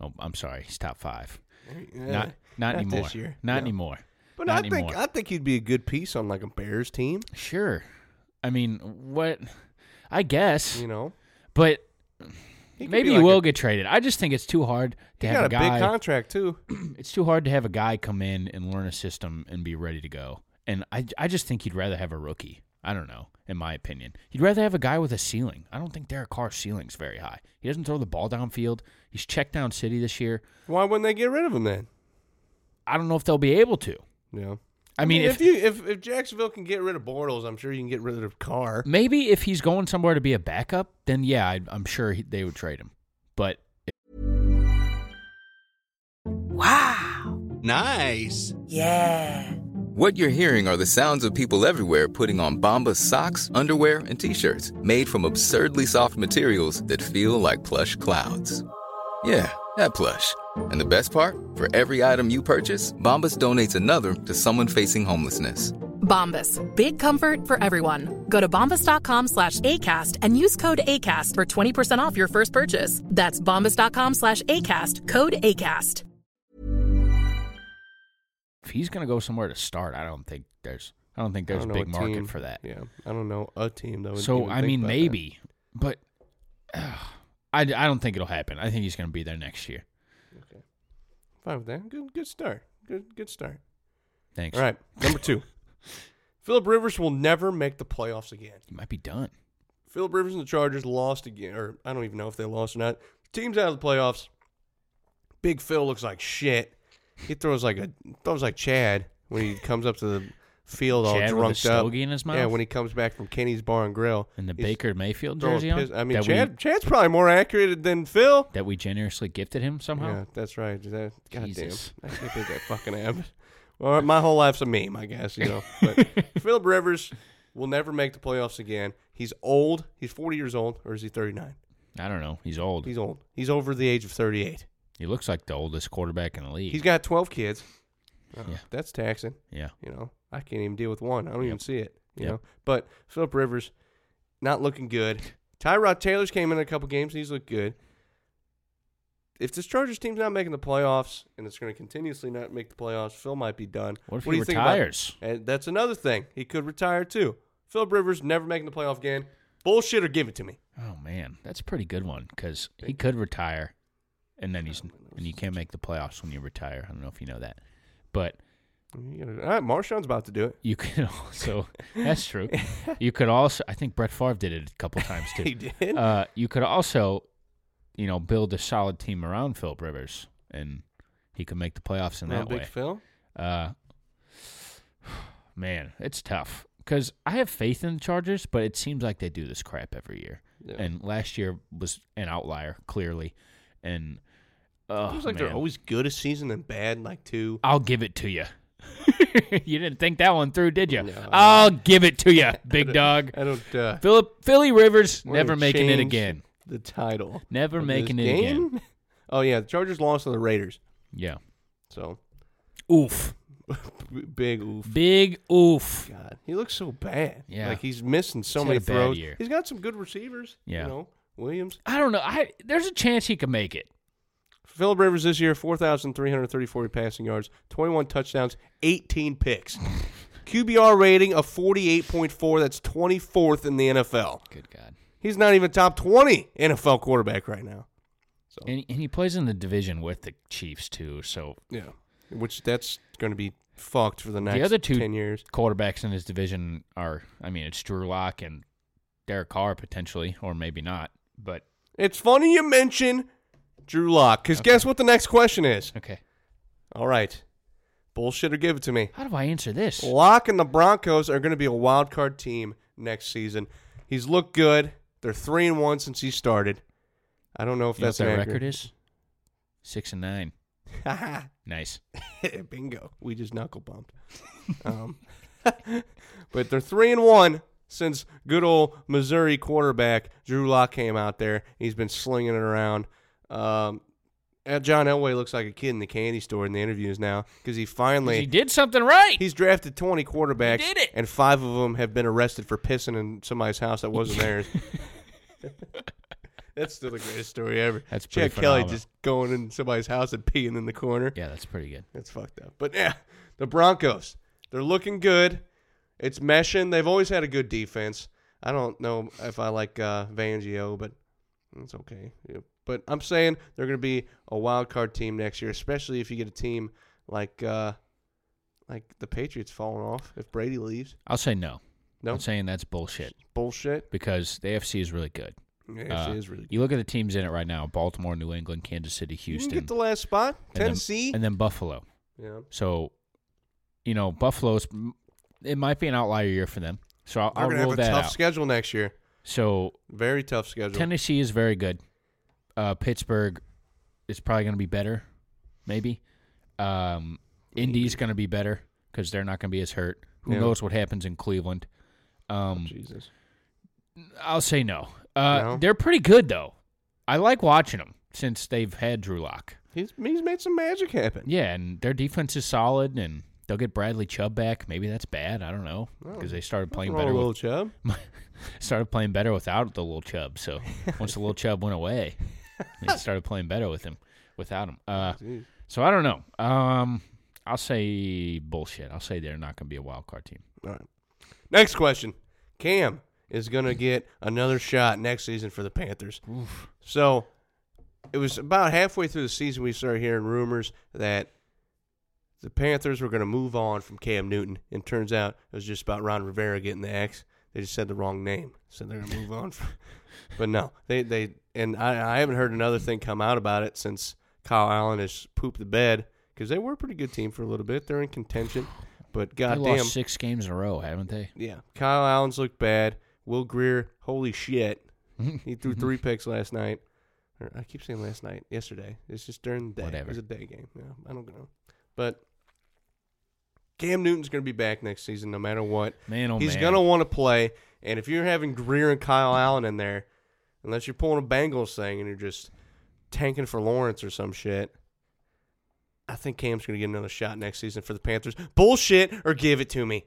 Oh, I'm sorry, he's top five. Yeah. Not not, Eh, this anymore. year. Not No. anymore. But Not I think anymore. I think he'd be a good piece on like a Bears team. Sure. I mean, what? I guess, You know, but He could maybe be he like will a- get traded. I just think it's too hard he to have got a guy. big contract too. it's too hard to have a guy come in and learn a system and be ready to go. And I, I just think he'd rather have a rookie. I don't know, in my opinion. He'd rather have a guy with a ceiling. I don't think Derek Carr's ceiling's very high. He doesn't throw the ball downfield. He's checked down city this year. Why wouldn't they get rid of him then? I don't know if they'll be able to. Yeah. I mean, if, if, you if, if Jacksonville can get rid of Bortles, I'm sure you can get rid of Carr. maybe if he's going somewhere to be a backup, then yeah, I, I'm sure he, they would trade him. But Nice. Yeah. What you're hearing are the sounds of people everywhere putting on Bombas socks, underwear, and t-shirts made from absurdly soft materials that feel like plush clouds. Yeah, that plush. And the best part? For every item you purchase, Bombas donates another to someone facing homelessness. Bombas. Big comfort for everyone. Go to bombas.com slash ACAST and use code ACAST for 20% off your first purchase. That's bombas.com slash ACAST, code ACAST. if he's going to go somewhere to start, I don't think there's I don't think I there's a don't know big a market team. for that. Yeah, I don't know a team though. So I mean, maybe, but I, I don't think it'll happen. I think he's going to be there next year. fine with that. Good good start. Good good start. Thanks. All right, number two. Philip Rivers will never make the playoffs again. he might be done. Philip Rivers and the Chargers lost again, or I don't even know if they lost or not. Team's out of the playoffs. Big Phil looks like shit. He throws like a throws like Chad when he comes up to the field all Chad with a drunked up. stogie in his Yeah, mouth? when he comes back from Kenny's Bar and Grill. And the he's Baker Mayfield throwing jersey on. piss- I mean, that Chad, we, Chad's probably more accurate than Phil. that we generously gifted him somehow. Yeah, that's right. That, God Jesus. damn. I can't believe that fucking happened. Well, my whole life's a meme, I guess, you know. But Philip Rivers will never make the playoffs again. He's old. He's 40 years old, or is he 39? I don't know. He's old. He's old. He's over the age of 38. he looks like the oldest quarterback in the league. He's got 12 kids. Uh, Yeah. That's taxing. yeah. You know, I can't even deal with one. I don't even Yep. see it. You Yep. know, but Philip Rivers, not looking good. Tyrod Taylor's came in a couple games. He's looked good. If this Chargers team's not making the playoffs and it's going to continuously not make the playoffs, Phil might be done. What if do he you think about- retires? and that's another thing. He could retire too. Philip Rivers never making the playoff again. Bullshit or give it to me. Oh man, that's a pretty good one because he could retire, and then he's and you can't make the playoffs when you retire. I don't know if you know that, but Mm-hmm. You gotta- All right, Marshawn's about to do it. you can also that's true. You could also I think Brett Favre did it a couple times too. He did. uh, you could also, you know, build a solid team around Philip Rivers, and he could make the playoffs in Not that Big way. Phil. Uh, man, it's tough because I have faith in the Chargers, but it seems like they do this crap every year. Yeah. And last year was an outlier, clearly. And oh, Seems like man. they're always good a season and bad in like two. I'll give it to you. you didn't think that one through, did you? No, I don't. I'll give it to you, big dog. I don't. Uh, Philip Philly Rivers We're never gonna making it change again. The title. Never of this making it game? again. Oh yeah, the Chargers lost to the Raiders. Yeah. So Oof. b- big oof. Big oof. God, he looks so bad. Yeah. like he's missing so He's had many a bad throws. year. He's got some good receivers. Yeah. you know Williams, I don't know. I there's a chance he could make it. Philip Rivers this year four thousand three hundred thirty four passing yards, twenty one touchdowns, eighteen picks. QBR rating of forty eight point four. That's twenty fourth in the NFL. Good God. He's not even top twenty NFL quarterback right now. And, and he plays in the division with the Chiefs too. So Yeah, which that's going to be fucked for the next the other two ten years. quarterbacks in his division are, I mean, it's Drew Lock and Derek Carr potentially, or maybe not. But It's funny you mention Drew Lock, because guess what the next question is? okay, All right. Bullshit or give it to me. how do I answer this? Lock and the Broncos are going to be a wild card team next season. He's looked good. They're three and one since he started. I don't know if You know that's what their an record is six and nine. accurate- Nice. Bingo. We just knuckle bumped. um, but they're three and one since good old Missouri quarterback Drew Lock came out there. He's been slinging it around. Um, Uh, John Elway looks like a kid in the candy store in the interviews now because he finally He did something right. he's drafted 20 quarterbacks He did it. and five of them have been arrested for pissing in somebody's house that wasn't theirs. That's still the greatest story ever. That's pretty Chad Kelly phenomenal. just going in somebody's house and peeing in the corner. yeah, that's pretty good. That's fucked up. But yeah, the Broncos, they're looking good. It's meshing. They've always had a good defense. I don't know if I like uh, Vangio, but it's okay. Yeah. But I'm saying they're going to be a wild card team next year, especially if you get a team like uh, like the Patriots falling off if Brady leaves. I'll say no. No I'm saying that's bullshit bullshit. because the AFC is really good. Yeah, Uh, it is really good. You look at the teams in it right now: Baltimore, New England, Kansas City, You can Houston, get the last spot. and then- Tennessee. and then Buffalo. yeah. So, you know, Buffalo's it might be an outlier year for them. So I'll, They're I'll going to roll have a that tough out. schedule next year. So Very tough schedule. Tennessee is very good. Uh, Pittsburgh is probably going to be better, maybe. Um, Indy's going to be better because they're not going to be as hurt. Who Yeah. knows what happens in Cleveland? Um, Jesus. I'll say no. Uh, No? They're pretty good though. I like watching them since they've had Drew Lock. He's, he's made some magic happen. Yeah, and their defense is solid, and they'll get Bradley Chubb back. Maybe that's bad. I don't know because they started playing Roll a better. little With, chub. started playing better without the little Chubb. So once the little Chubb went away, they started playing better with him without him. Uh, so I don't know. Um, I'll say bullshit. I'll say they're not going to be a wild card team. All right. Next question. Cam is going to get another shot next season for the Panthers. So it was about halfway through the season we started hearing rumors that the Panthers were going to move on from Cam Newton. And turns out it was just about Ron Rivera getting the axe. They just said the wrong name. So they're going to move on. From, but no, they, they and I, I haven't heard another thing come out about it since Kyle Allen has pooped the bed because they were a pretty good team for a little bit. They're in contention. But they goddamn, lost six games in a row, haven't they? yeah, Kyle Allen's looked bad. Will Greer, holy shit, he threw three picks last night. Or I keep saying last night, yesterday. It's just during the day. It Whatever. was a day game. Yeah, I don't know, but Cam Newton's going to be back next season, no matter what. Man, oh He's man. gonna want to play, and if you're having Greer and Kyle Allen in there, unless you're pulling a Bengals thing and you're just tanking for Lawrence or some shit, I think Cam's gonna get another shot next season for the Panthers. Bullshit, or give it to me.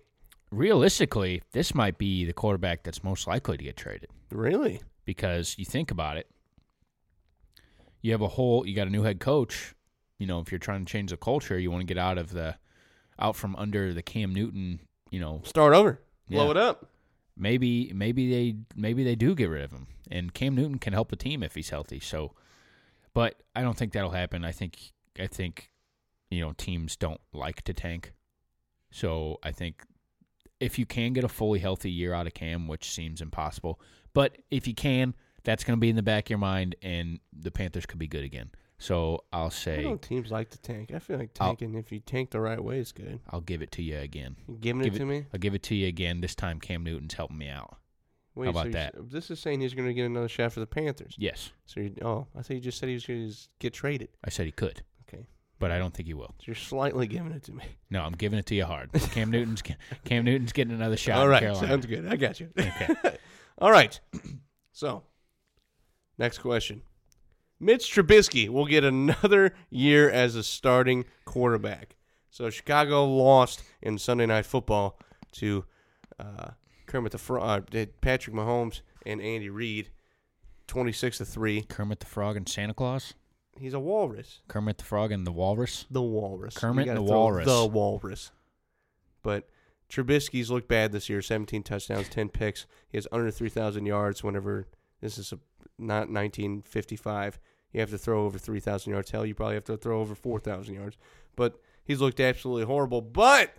Realistically, this might be the quarterback that's most likely to get traded. Really? because you think about it, you have a whole, you got a new head coach. You know, if you're trying to change the culture, you want to get out of the, out from under the Cam Newton. You know, Start over. Blow Yeah. it up. maybe maybe they maybe they do get rid of him, and Cam Newton can help the team if he's healthy. So, but I don't think that'll happen. I think I think, you know, teams don't like to tank. So I think if you can get a fully healthy year out of Cam, which seems impossible, but if you can, that's going to be in the back of your mind, and the Panthers could be good again. So I'll I say know teams like to tank. I feel like I'll- tanking, if you tank the right way, is good. I'll give it to you again. You giving Give it to me? I'll give it to you again. This time, Cam Newton's helping me out. Wait, about so you're s- This is saying he's going to get another shot for the Panthers. Yes, So, you, oh, I thought you just said he was going to get traded. I said he could, Okay, but I don't think he will. so you're slightly giving it to me. No, I'm giving it to you hard. Cam Newton's Cam Newton's getting another shot. All in right, Carolina. sounds good. I got you. All right. So, next question. Mitch Trubisky will get another year as a starting quarterback. So Chicago lost in Sunday Night Football to uh, Kermit the Frog, uh, did Patrick Mahomes, and Andy Reid, twenty-six to three. Kermit the Frog and Santa Claus. He's a walrus. Kermit the Frog and the Walrus. The walrus. You Kermit gotta the throw walrus. The walrus. But Trubisky's looked bad this year. 17 touchdowns, 10 picks. He has under 3,000 yards. Whenever this is a, not 1955, you have to throw over 3,000 yards. Hell, you probably have to throw over 4,000 yards. But he's looked absolutely horrible. But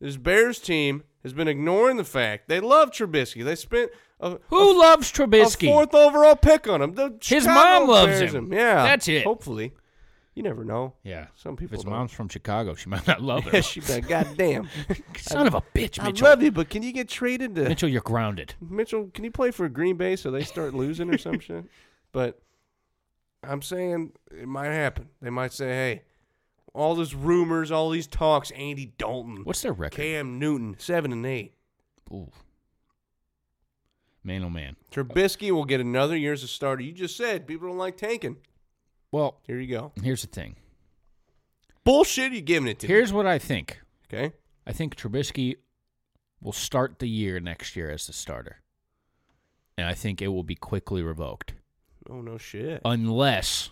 this Bears team has been ignoring the fact they love Trubisky. They spent a, Who loves a Trubisky? fourth overall pick on him. The His Chicago mom loves Bears him. Yeah, That's it. Hopefully, you never know. yeah, Some If people his don't. mom's from Chicago, she might not love Yeah, him. she like, God damn. Son of a bitch, I Mitchell. love you, but can you get traded to Mitchell, you're grounded. Mitchell? Can you play for Green Bay so they start losing or some shit? But I'm saying it might happen. They might say, hey, all those rumors, all these talks, Andy Dalton, What's their record? Mm. Cam Newton, seven and eight. Ooh. oh, Man, oh man. Trubisky will get another year as a starter. You just said people don't like tanking. Well, Here you go. here's the thing. Bullshit, you giving it to me. Here's what I think. Okay. I think Trubisky will start the year next year as the starter. And I think it will be quickly revoked Oh, no shit. unless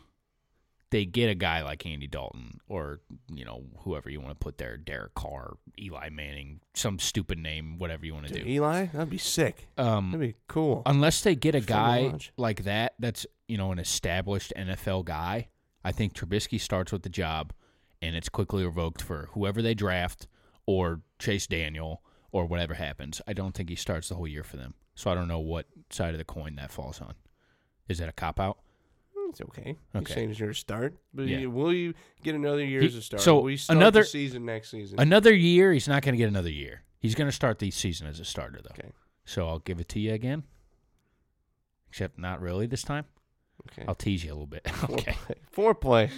they get a guy like Andy Dalton or, you know, whoever you want to put there, Derek Carr, Eli Manning, some stupid name, whatever you want to Dude, do. Eli, that'd be sick. Um, That'd be cool. unless they get a Fun to guy watch. like that that's you know an established NFL guy, I think Trubisky starts with the job, and it's quickly revoked for whoever they draft or Chase Daniel or whatever happens. I don't think he starts the whole year for them, so I don't know what side of the coin that falls on. Is that a cop out? Mm, it's okay. Okay. You're saying it's your start, but Yeah. you- will you get another year as He- a starter? so will you start the another- season next season. Another year? He's not going to get another year. He's going to start the season as a starter though. Okay. So I'll give it to you again, except not really this time. Okay. I'll tease you a little bit. Oh, okay. Foreplay.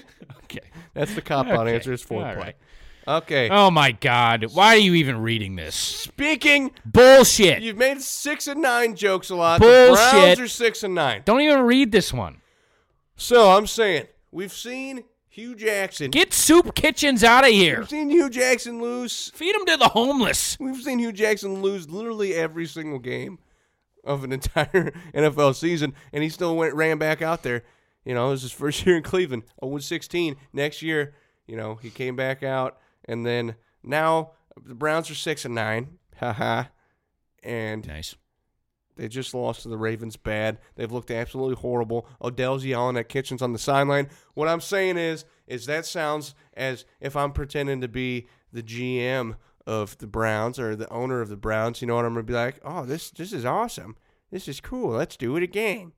Okay. That's the cop out Okay. answer. Is All foreplay. right. Okay. Oh my God! Why are you even reading this Speaking, bullshit? you've made six and nine jokes a lot. The eh. Bullshit. Browns are six and nine. Don't even read this one. So I'm saying we've seen Hugh Jackson. Get soup kitchens out of here. we've seen Hugh Jackson lose. Feed them to the homeless. We've seen Hugh Jackson lose literally every single game of an entire NFL season, and he still went ran back out there. You know, it was his first year in Cleveland, 0 16. Next year, you know, he came back out, and then now the Browns are six and nine. Ha ha. And Nice. They just lost to the Ravens bad. They've looked absolutely horrible. Odell's yelling at Kitchens on the sideline. What I'm saying is, is that sounds as if I'm pretending to be the GM of the Browns or the owner of the Browns. You know what I'm gonna be like? Oh, this this is awesome. This is cool. Let's do it again.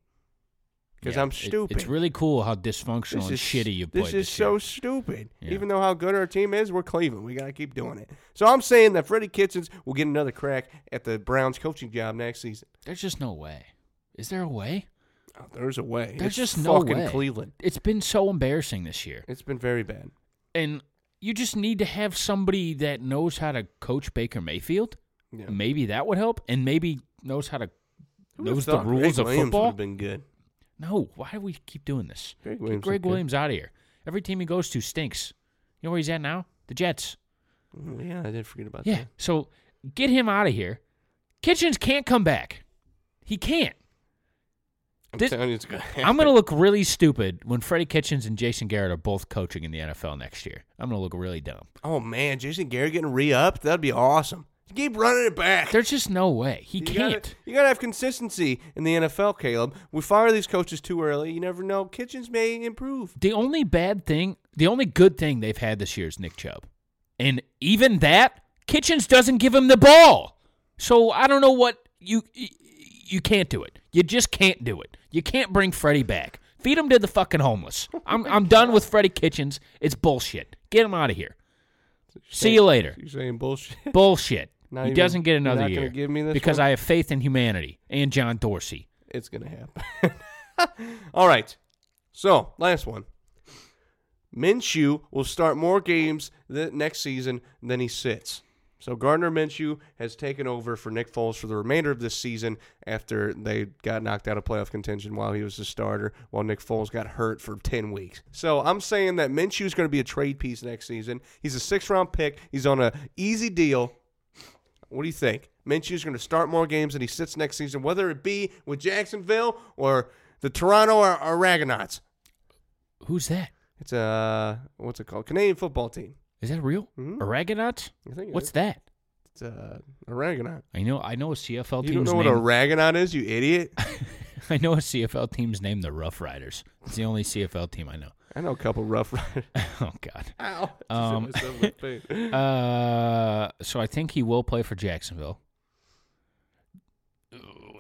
Because Yeah, I'm it- stupid. it's really cool how dysfunctional and shitty you played. This is so year. stupid. Yeah. Even though how good our team is, we're Cleveland. We gotta keep doing it. So I'm saying that Freddie Kitchens will get another crack at the Browns coaching job next season. There's just no way. Is there a way? Oh, there's a way. There's It's just no fucking way. Cleveland. It's been so embarrassing this year, It's been very bad. and you just need to have somebody that knows how to coach Baker Mayfield. Yeah. Maybe that would help, and maybe knows how to Who would've knows the thought Greg rules of Williams football. Would've been good. No, why do we keep doing this? Greg Get Williams. Greg was Williams out of here. Every team he goes to stinks. You know where he's at now? The Jets. good. Mm, Yeah, I did forget about Yeah. that. So get him out of here. Kitchens can't come back. He can't. I'm This- telling you, it's gonna happen. I'm going to look really stupid when Freddie Kitchens and Jason Garrett are both coaching in the NFL next year. I'm going to look really dumb. Oh man, Jason Garrett getting re-upped. That'd be awesome. Keep running it back. There's just no way. He you can't. Gotta, you gotta have consistency in the NFL, Caleb. We fire these coaches too early. You never know. Kitchens may improve. The only bad thing, the only good thing they've had this year is Nick Chubb. And even that, Kitchens doesn't give him the ball. So I don't know what you you- you can't do it. You just can't do it. You can't bring Freddie back. Feed him to the fucking homeless. I'm I'm done with Freddie Kitchens. It's bullshit. Get him out of here. See you later. You're saying bullshit. Bullshit. Not he even- doesn't get you're another not gonna year give me this because one? I have faith in humanity and John Dorsey. It's gonna happen. All right. So last one. Minshew will start more games the next season than he sits. So Gardner Minshew has taken over for Nick Foles for the remainder of this season after they got knocked out of playoff contention while he was the starter, while Nick Foles got hurt for 10 weeks. So I'm saying that Minshew's going to be a trade piece next season. He's a six-round pick. He's on a easy deal. What do you think? Minshew's going to start more games than he sits next season, whether it be with Jacksonville or the Toronto or, or Ragonauts. Who's that? It's a what's it called? Canadian football team. Is that real? Mhm. Aragonauts? I think it What's is. that? It's a, a Raganaut. I know I know a CFL You don't team's know what a name. Raganaut is, you idiot. I know a CFL team's named the Rough Riders. It's the only CFL team I know. I know a couple rough riders. Oh God. Ow! Um, Just hit myself with the thing. Uh, so I think he will play for Jacksonville.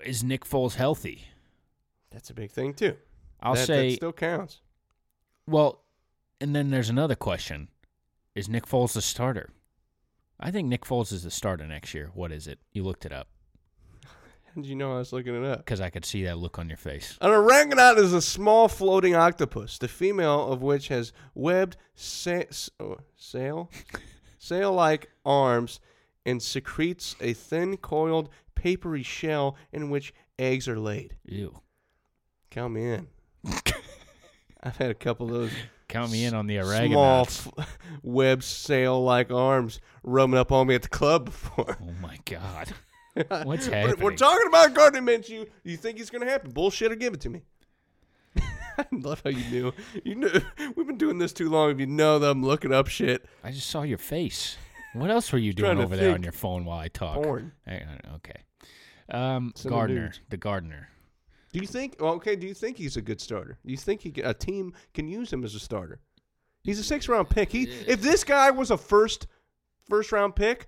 Is Nick Foles healthy? That's a big thing too. I'll That- that say still counts. well, and then there's another question: Is Nick Foles the starter? I think Nick Foles is the starter next year. What is it? You looked it up How did you know I was looking it up? because I could see that look on your face. An orangonaut is a small floating octopus, the female of which has webbed sa- s- oh, sail sail like arms and secretes a thin, coiled, papery shell in which eggs are laid. Ew. Count me in. I've had a couple of those Count me in on the small oregano. f- web sail like arms rubbing up on me at the club before. Oh my god. What's We're- happening? We're talking about Gardner Minshew. You think he's going to happen? Bullshit or give it to me. I love how you knew. You knew. We've been doing this too long. If you know that I'm looking up shit, I just saw your face. What else were you Trying doing to over there on think. your phone while I talk? Porn. Hang on, Okay. Um, Send the Gardner, nudes. the gardener. do you think? well, Okay, do you think he's a good starter? Do you think he, a team can use him as a starter? He's a six round pick. He, if this guy was a first first round pick,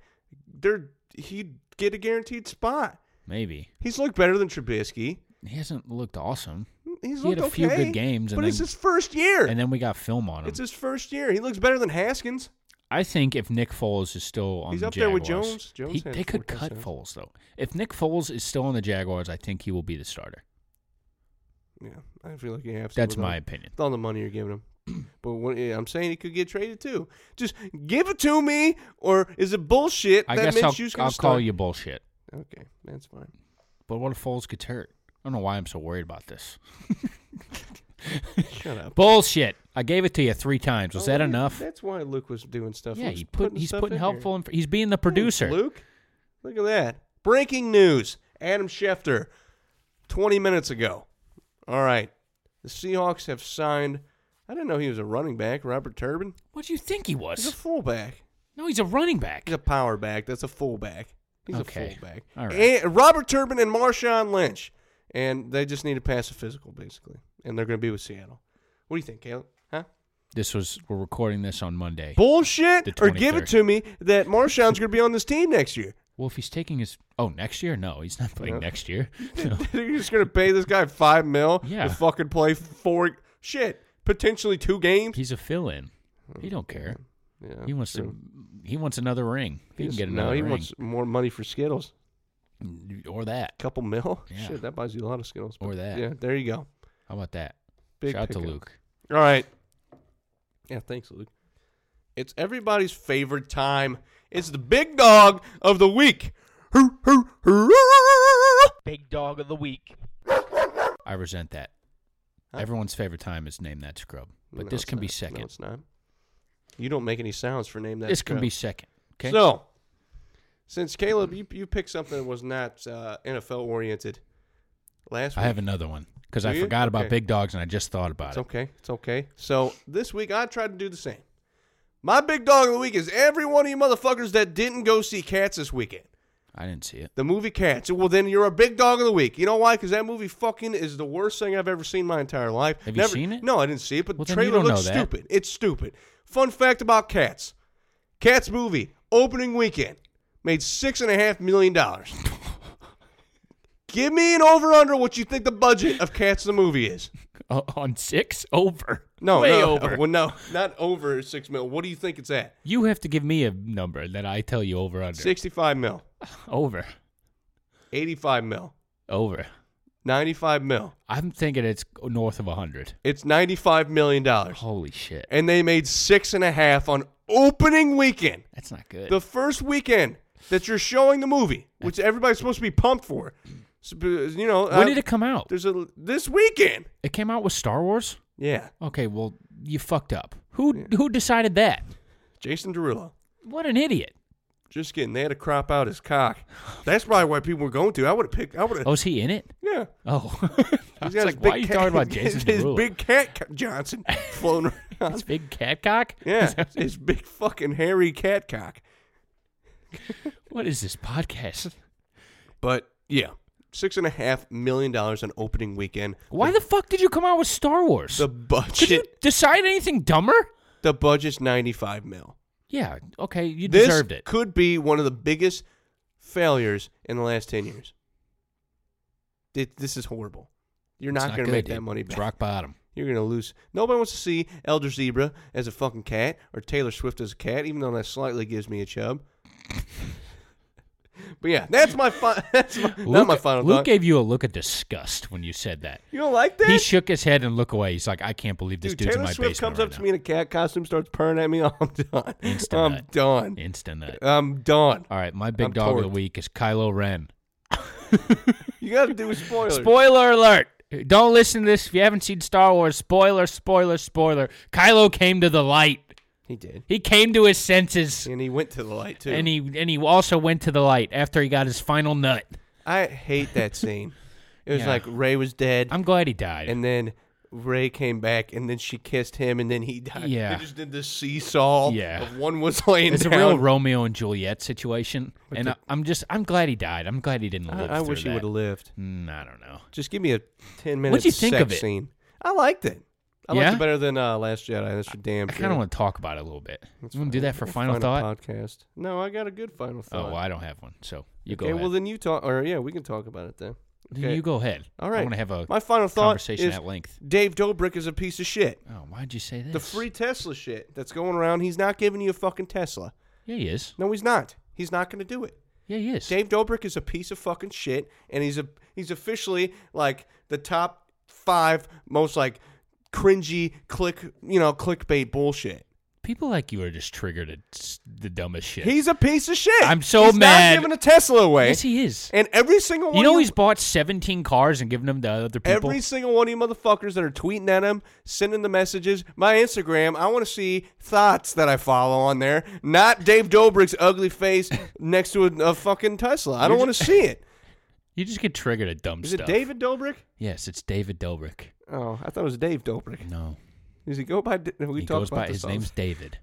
there he'd get a guaranteed spot. Maybe He's looked better than Trubisky. he hasn't looked awesome. He's He had looked a few good okay, games and but it's then- his first year. And then we got film on him. it's his first year. He looks better than Haskins. I think if Nick Foles is still on He's the up there with Jaguars- Jones. Jones he- had they could four cut touchdowns. Foles though. If Nick Foles is still on the Jaguars, I think he will be the starter. Yeah, I feel like you have to. That's with my all- opinion. With all the money you're giving him, but what, yeah, I'm saying he could get traded too. Just give it to me, or is it bullshit I that guess I'll, Minshew's gonna I'll start? call you bullshit. Okay, that's fine. But what if Foles gets hurt? I don't know why I'm so worried about this. Shut up. Bullshit. I gave it to you three times. Was Oh, that yeah, enough? That's why Luke was doing stuff. Yeah, Luke's he put, he's stuff putting in here. helpful. Inf- he's being the Thanks, producer. Luke, look at that. Breaking news: Adam Schefter, 20 minutes ago. All right, the Seahawks have signed. I didn't know he was a running back. Robert Turbin. What do you think he He's a was? fullback. No, he's a running back. He's a power back. That's a fullback. He's a Okay. fullback. All right. And Robert Turbin and Marshawn Lynch. And they just need to pass a physical, basically. And they're going to be with Seattle. What do you think, Caleb? Huh? This was we're recording this on Monday. Bullshit? The Or give 23rd. it to me that Marshawn's going to be on this team next year. well, if he's taking his oh next year, no, he's not playing No. next year. No. You're just going to pay this guy five mil Yeah. to fucking play four, shit, potentially two games? He's a fill-in. He don't care. Yeah, He wants to. He wants another ring. If he can He's- get no, another he ring wants more money for Skittles. or that. Couple mil? Yeah. Shit, that buys you a lot of Skittles. Or But that. Yeah, there you go. How about that? Big Shout out to pickup. Luke. All right. Yeah, thanks, Luke. It's everybody's favorite time. It's the big dog of the week. Hoo, hoo, hoo. Big dog of the week. I resent that. Huh? Everyone's favorite time is name that scrub, but No, this it's can be not. second. No, it's not. You don't make any sounds for name that. this can crap. be second. Okay. So, since Caleb, you, you picked something that was not uh, NFL oriented last I week. have another one because Do I you? forgot about Okay. big dogs and I just thought It's about it. okay. It's okay. So this week I tried to do the same. My big dog of the week is every one of you motherfuckers that didn't go see Cats this weekend. I didn't see it. The movie Cats. Well, then you're a big dog of the week. You know why? Because that movie fucking is the worst thing I've ever seen my entire life. Have you seen it? No, I didn't see it, but Well, the then you trailer don't looks know that. stupid. It's stupid. Fun fact about Cats: Cats movie opening weekend made six and a half million dollars. Give me an over under what you think the budget of Cats the movie is. Uh, on six over. No, Way no, over. Well, no, not over six mil. What do you think it's at? You have to give me a number that I tell you over under. Sixty-five mil, Over. eighty-five mil, Over. ninety-five mil. I'm thinking it's north of a hundred. It's ninety-five million dollars. Holy shit. and they made six and a half on opening weekend, That's not good. the first weekend that you're showing the movie, which everybody's supposed to be pumped for. So, you know, when uh, did it come out? There's a this weekend. It came out with Star Wars. Yeah, Okay, well you fucked up. Who who decided that? Jason Derulo. What an idiot! Just kidding. They had to crop out his cock. That's probably why people were going to. I would have picked. I would have. Oh, is he in it? Yeah. Oh, I He's got was his like, why are big you cat- talking about his- Jason His Derulo? big cat co- Johnson floating His around. big cat cock. Yeah, his big fucking hairy cat cock. What is this podcast? But yeah, six and a half million dollars on opening weekend. Why the fuck did you come out with Star Wars? The Could you budget. decide anything dumber? The budget's 95 mil. Yeah. Okay, you this deserved it. could be one of the biggest failures in the last 10 years. Thi- this is horrible. You're It's not, going good, to make that dude. money It's back. rock bottom. You're going to lose. Nobody wants to see Elder Zebra as a fucking cat or Taylor Swift as a cat, even though that slightly gives me a chub. but yeah, that's my fi- that's my, not Luke, my final Luke thought. gave you a look of disgust when you said that. you don't like that? He shook his head and looked away. He's like, I can't believe this Dude, dude's Taylor in my Swift basement comes right up to now. me in a cat costume, starts purring at me. I'm done. Instant I'm nut. done. Instant nut. I'm done. All right, my big I'm dog of the torqued. week is Kylo Ren. You got to do a spoiler. Spoiler alert! Don't listen to this if you haven't seen Star Wars. Spoiler, spoiler, spoiler. Kylo came to the light. He did. He came to his senses. And he went to the light too. And he and he also went to the light after he got his final nut. I hate that scene. It was Yeah. like Ray was dead, I'm glad he died. and then Ray came back, and then she kissed him, and then he died. Yeah. They just did this seesaw. Yeah. Of one was laying it's a down. real Romeo and Juliet situation, and I, I'm just I'm glad he died. I'm glad he didn't live. I, I wish he would have lived. Mm, I don't know. Just give me a ten minute What'd you think sex of it? scene. I liked it. I Yeah? liked it better than uh, Last Jedi. That's for damn I sure. kind of want to talk about it a little bit. you want to do that for final, thought? podcast. No, I got a good final Oh, thought. well, I don't have one, so you go. okay, ahead. well then you talk, or yeah, we can talk about it then. You- You go ahead. All right. I want to have a my final thought conversation is at length. Dave Dobrik is a piece of shit. Oh, why'd you say this? The free Tesla shit that's going around, he's not giving you a fucking Tesla. Yeah, he is. No, he's not. He's not going to do it. Yeah, he is. Dave Dobrik is a piece of fucking shit, and he's a he's officially like the top five most like cringy click you know clickbait bullshit. People like you are just triggered at s- the dumbest shit. He's a piece of shit. I'm so he's mad. Not giving a Tesla away. yes, he is. and every single one. You know of he's bought 17 cars and given them to other people. Every single one of you motherfuckers that are tweeting at him, sending the messages, my Instagram, I want to see thoughts that I follow on there, not Dave Dobrik's ugly face next to a, a fucking Tesla. I don't want to see it. you just get triggered at dumb Is stuff. it David Dobrik? Yes, it's David Dobrik. Oh, I thought it was Dave Dobrik. No, Does he go by? D- We he talked goes about by this his all- name's David.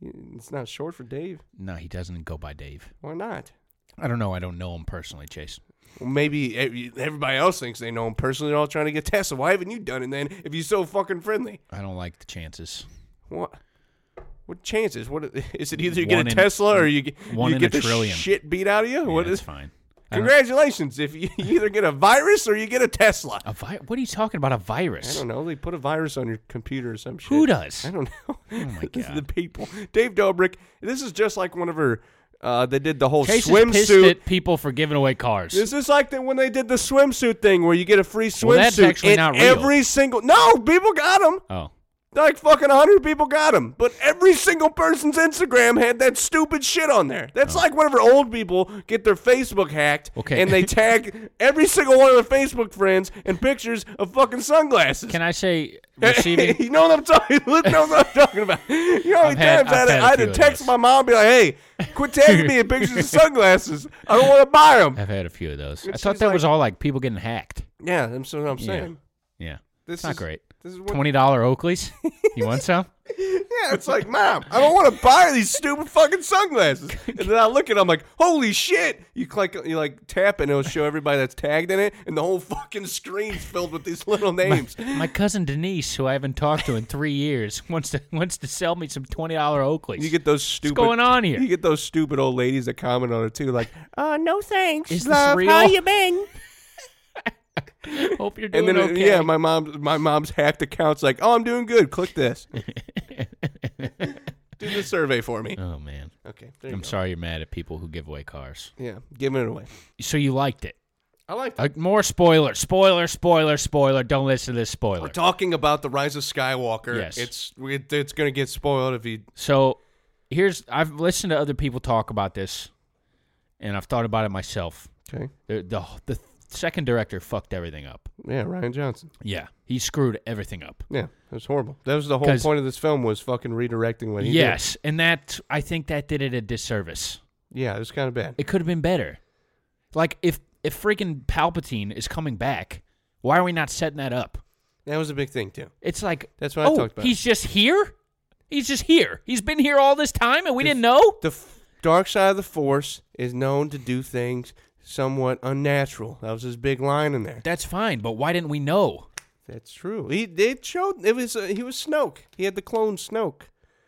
It's not short for Dave. No, he doesn't go by Dave. Why not? I don't know. I don't know him personally, Chase. Well, maybe ev- everybody else thinks they know him personally. They're all trying to get Tesla. Why haven't you done it then? If you're so fucking friendly, I don't like the chances. what? What chances? What is it? Either you get One a in- Tesla or you get one you in get a the trillion. shit beat out of you. Yeah, what is? it's fine. I don't- Congratulations! If you, you either get a virus or you get a Tesla. A vi- what are you talking about? A I virus? don't know. They put a virus on your computer or some shit. Who does? Oh, I don't know. my This is God. the people. Dave Dobrik. This is just like whenever uh, they did the whole Chase is pissed swimsuit. at people for giving away cars. This is like the, when they did the swimsuit thing where you get a free swimsuit. Well, that's actually and not real. Every single no people got them. oh, Like fucking hundred people got them, but every single person's Instagram had that stupid shit on there. That's like whenever old people get their Facebook hacked Oh. Okay. and they tag every single one of their Facebook friends and pictures of fucking sunglasses. can I say receiving? you know what I'm talking? Luke knows what I'm talking about. You know how many I've had- times I had, I've had a I had few to of text those. my mom, and be like, "Hey, quit tagging me in pictures of sunglasses. I don't want to buy them." I've had a few of those. I It's thought just that like- was all like people getting hacked. Yeah, that's what I'm saying. Yeah, yeah. This it's not is- great. This is what, Twenty dollar Oakleys. You want some? yeah, it's like, mom, I don't want to buy these stupid fucking sunglasses. And then I look at, it, I'm like, holy shit! You click, you like tap, and it'll show everybody that's tagged in it, and the whole fucking screen's filled with these little names. My cousin Denise, who I haven't talked to in three years, wants to wants to sell me some twenty dollar Oakleys. You get those stupid. going on here? You get those stupid old ladies that comment on it too, like, "Uh, no thanks, Is this love. real?" How you been?" Hope you're And doing then, uh, okay. yeah, my mom's my mom's hacked account's like, "Oh, I'm doing good. Click this. Do the survey for me." oh man, Okay, there you I'm go. sorry you're mad at people who give away cars. Yeah, giving it away. So you liked it? I like that. Uh, more spoiler, spoiler, spoiler, spoiler. Don't listen to this We're spoiler. talking about the rise of Skywalker. Yes. it's it, it's gonna get spoiled if you. So here's I've listened to other people talk about this, and I've thought about it myself. Okay. The the, the second director fucked everything up. Yeah, Ryan Johnson. Yeah, he screwed everything up. Yeah, that's horrible. That was the whole 'Cause- point of this film was fucking redirecting what he did. yes, and that I think that did it a disservice. Yeah, it was kind of bad. It could have been better. Like if if freaking Palpatine is coming back, why are we not setting that up? That was a big thing too. It's like That's what I oh, talked about. He's just here. He's just here. He's been here all this time, and we didn't know. The f- dark side of the force is known to do things somewhat unnatural. That was his big line in there. That's fine, but why didn't we know? That's true. He it showed it was uh, he was Snoke. He had the clone Snoke.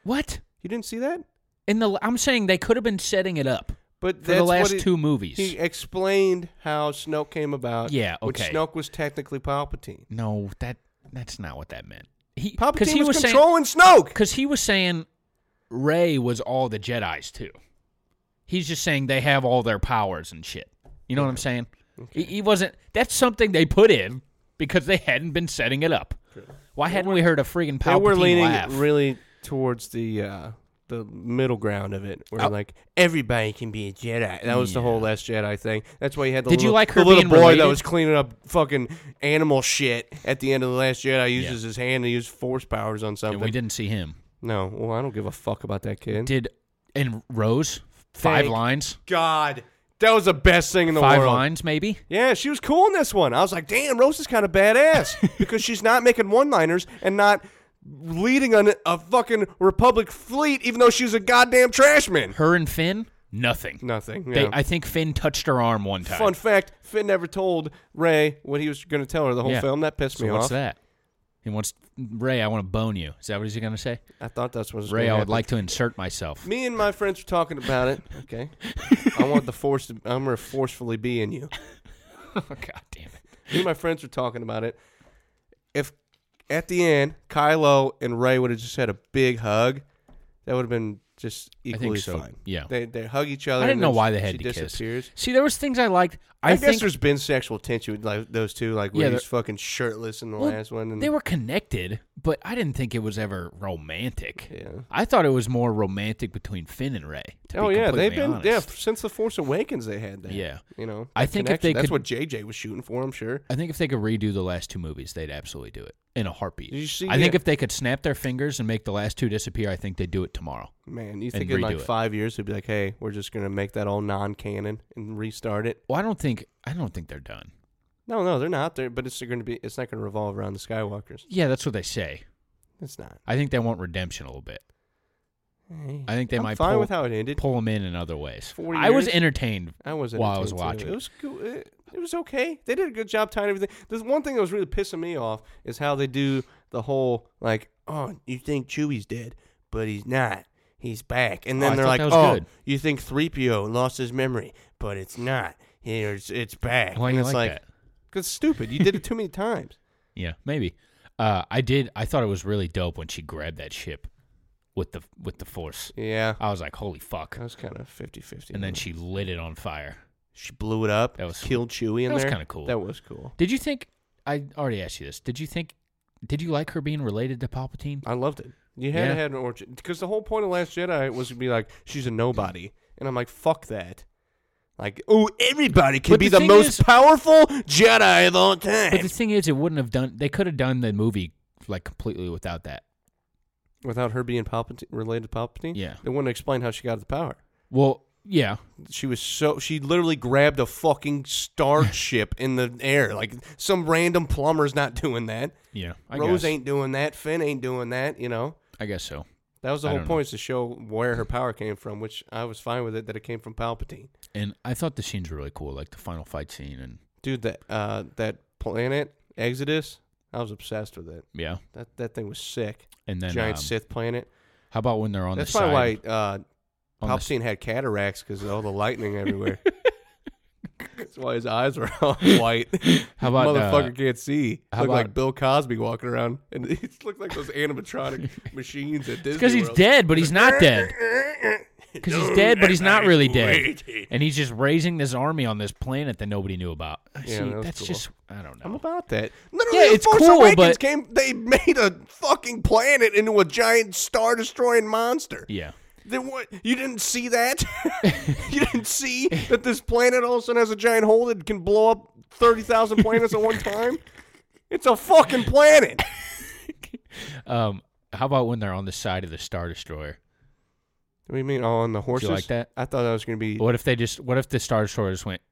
What? You didn't see that? In the I'm saying they could have been setting it up. But For the that's what last he- two movies. he explained how Snoke came about. Yeah, Which okay. Snoke was technically Palpatine. No, that that's not what that meant. He because Palpatine he was, was saying controlling Snoke. because he was saying Ray was all the Jedi's too. He's just saying they have all their powers and shit. You know what I'm saying? He, he wasn't. That's something they put in because they hadn't been setting it up. Why hadn't we heard a friggin' They Palpatine were leaning laugh? really towards the uh, the middle ground of it, Oh. where like everybody can be a Jedi. That was the whole Last Jedi thing. That's why you had the Did you little, like her the little being boy related? that was cleaning up fucking animal shit at the end of the Last Jedi. Uses his hand to use force powers on something. And we didn't see him. no, well, I don't give a fuck about that kid. Did and Rose five Thank lines, God, that was the best thing in the five world. lines maybe. Yeah, she was cool in this one. I was like, damn, Rose is kind of badass because she's not making one-liners and not leading on a fucking Republic fleet, even though she's a goddamn trash man. Her and Finn, nothing. Nothing. They, yeah. I think Finn touched her arm one time. Fun fact: Finn never told Ray what he was going to tell her the whole Yeah. film. That pissed So me what's off. that? He wants Ray. I want to bone you. Is that what he's gonna say? I thought that's what was Ray, gonna I would happen. like to insert myself. Me and my friends were talking about it. Okay, I want the force. To, I'm going to forcefully be in you. oh, God damn it! Me and my friends were talking about it. If at the end Kylo and Ray would have just had a big hug, that would have been just think equally so, fine. yeah. they they hug each other. I didn't and know then why they she had to disappears. kiss. See, there was things I liked. I, I, guess think there's been sexual tension with like those two, like Yeah, when he's they're- fucking shirtless in the Well, last one. And they were connected, but I didn't think it was ever romantic. Yeah. I thought it was more romantic between Finn and Ray. to oh be yeah, completely they've been honest. yeah since the Force Awakens they had that. Yeah. you know. I that think if connection. they that's could- what JJ was shooting for, I'm sure. I think if they could redo the last two movies, they'd absolutely do it in a heartbeat. Did you see I think the- if they could snap their fingers and make the last two disappear, I think they'd do it tomorrow. Man, you And think in redo like it. five years they'd be like, hey, we're just gonna make that all non-canon and restart it. Well, I don't think I don't think they're done. No, no, they're not there, but it's going to be. It's not going to revolve around the Skywalkers. Yeah, that's what they say. It's not. I think they want redemption a little bit. I think they I'm might fine pull, with how it ended. pull them in in other ways. 40 I was years? entertained I was while I was entertained, watching. too. It was cool. It, it was okay. They did a good job tying everything. The one thing that was really pissing me off is how they do the whole like, oh, you think Chewie's dead, but he's not. He's back, and Oh, then I they're thought like, that was oh, good. you think three PO lost his memory, but it's not. Here's it's back. Why and do you it's like that? Cause stupid. You did it too many times. Yeah, maybe. Uh, I did. I thought it was really dope when she grabbed that ship with the with the force. Yeah, I was like, "Holy fuck!" I was kind of 50-50. And then on she lit it on fire. She blew it up. That was- killed Chewie in that was there. kinda cool. That was cool. Did you think? I already asked you this. Did you think? Did you like her being related to Palpatine? I loved it. You had Yeah. to have an origin because the whole point of Last Jedi was to be like she's a nobody, and I'm like fuck that. Like oh, everybody can But be the the, thing most is- powerful Jedi of all time But the thing is, it wouldn't have done. They could have done the movie like completely without that. without her being Palpatine, related to Palpatine. Yeah. they wouldn't explain how she got the power. Well, yeah, She was so she literally grabbed a fucking starship in the air. Like some random plumber's not doing that. yeah. I Rose guess. ain't doing that. Finn ain't doing that. You know. I guess so. That was the I whole don't point know. is to show where her power came from, which I was fine with it that it came from Palpatine. And I thought the scenes were really cool, like the final fight scene, and Dude, that uh, that planet Exodus, I was obsessed with it. yeah. That that thing was sick. And then Giant um, Sith planet. How about when they're on That's the side? probably why uh, on the- Palpatine had cataracts because of all the lightning everywhere. That's why his eyes were all white. How about, motherfucker uh, can't see? how Looked like about- Bill Cosby walking around, and he looked like those animatronic machines at Disney. because he's dead, but he's not dead. Because he's dead, but he's not really dead. And he's just raising this army on this planet that nobody knew about. Yeah, See, that was that's cool. just I don't I'm know. about that. Literally, yeah, it's it's Force cool, Awakens but- came. They made a fucking planet into a giant star destroying monster. yeah, Then what? You didn't see that? you didn't see that this planet all of a sudden has a giant hole that can blow up thirty thousand planets at one time? It's a fucking planet. Um, how about when they're on the side of the star destroyer? What do you mean? Oh, on the horses? like that? I thought that was gonna be What if they just? What if the star destroyer just went?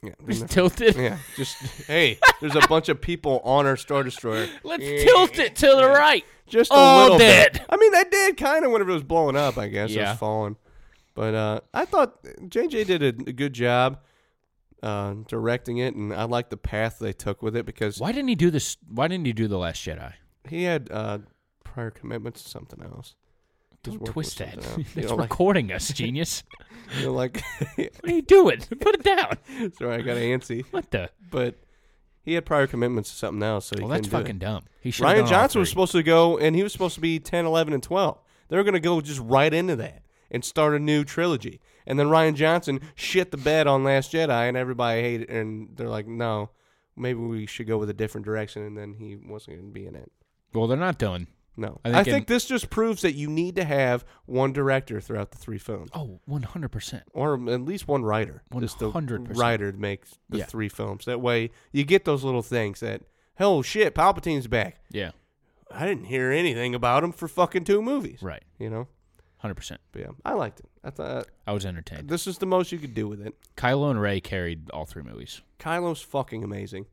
Eh, yeah, just nothing. tilted. yeah, just hey, there's a bunch of people on our star destroyer. Let's tilt it to the right. just All a little dead. bit. I mean, that did kind of whenever it was blowing up. I guess it Yeah. was falling, but uh, I thought JJ did a, a good job uh, directing it, and I liked the path they took with it because Why didn't he do this? Why didn't he do the Last Jedi? he had uh, prior commitments to something else. He's Don't working with twist that. something else. You That's know, like- recording us, genius. You know, like, what are you doing? Put it down. sorry, I got antsy, What the? but he had prior commitments to something else, so he Well, that's couldn't do it. fucking dumb. He should. Ryan Johnson was supposed to go, and he was supposed to be 10, 11, and 12. They were going to go just right into that and start a new trilogy. And then Ryan Johnson shit the bed on Last Jedi, and everybody hated And they're like, no, maybe we should go with a different direction. And then he wasn't going to be in it. Well, they're not done. No, I I think think, in- this just proves that you need to have one director throughout the three films, Oh, 100%. or at least one writer. Just the 100%. writer to make the Yeah. three films. That way, you get those little things that, oh shit, Palpatine's back. Yeah, I didn't hear anything about him for fucking two movies. right. You know, 100%. but yeah, I liked it. I thought uh, I was entertained. this is the most you could do with it. Kylo and Ray carried all three movies. Kylo's fucking amazing.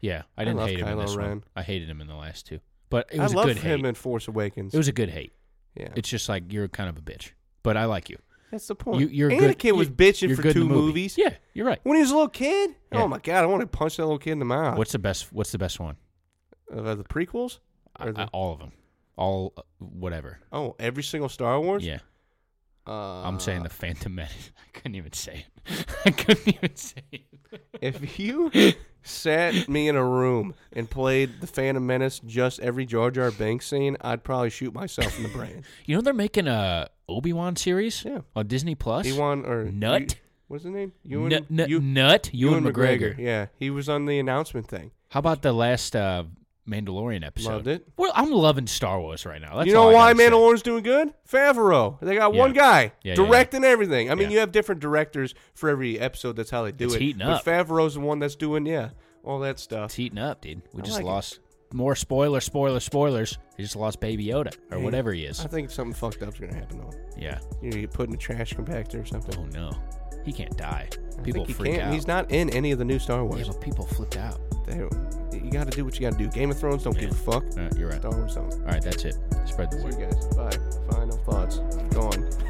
Yeah, I I didn't love hate him in Kylo this one. Ren. I hated him in the last two. But it I was a love good him hate. in Force Awakens. It was a good hate. yeah, It's just like you're kind of a bitch, but I like you. that's the point. You, you're a Anakin good. was you- bitching you're for good in two the movie. movies. Yeah, you're right. When he was a little kid? Yeah. Oh my god, I want to punch that little kid in the mouth. What's the best? What's the best one? uh, the prequels? I- Or the- I- all of them. All uh, whatever. oh, every single Star Wars? Yeah, Uh, I'm saying the Phantom Menace. I couldn't even say it. I couldn't even say it. if you sat me in a room and played the Phantom Menace just every Jar Jar Banks scene, I'd probably shoot myself in the brain. You know they're making a Obi Wan series Yeah. on Disney Plus. He won or Nut? You, what's his name? N- Ewan, n- Ew- Nut Ewan McGregor. Yeah, he was on the announcement thing. How about the last uh, Mandalorian episode? Loved it. Well, I'm loving Star Wars right now. That's you know all I why gotta say. Mandalorian's doing good? Favreau. They got Yeah. one guy Yeah, yeah, directing everything. I mean, Yeah. you have different directors for every episode. That's how they do It's it. heating but up. Favreau's the one that's doing yeah all that stuff. It's heating up, dude. We I just like it. lost more spoiler, spoiler, spoilers. We just lost Baby Yoda or Yeah. whatever he is. I think something fucked up's gonna happen to him. Yeah. You know, you put in a trash compactor or something. Oh no, he can't die. I People think he freak can't. out. He's not in any of the new Star Yeah, Wars. but people flipped out. They- you got to do what you got to do. Game of Thrones don't give a fuck. All right, you're right. Star Wars don't. All right, that's it. Spread the See word. you guys. Bye. Final thoughts. Gone.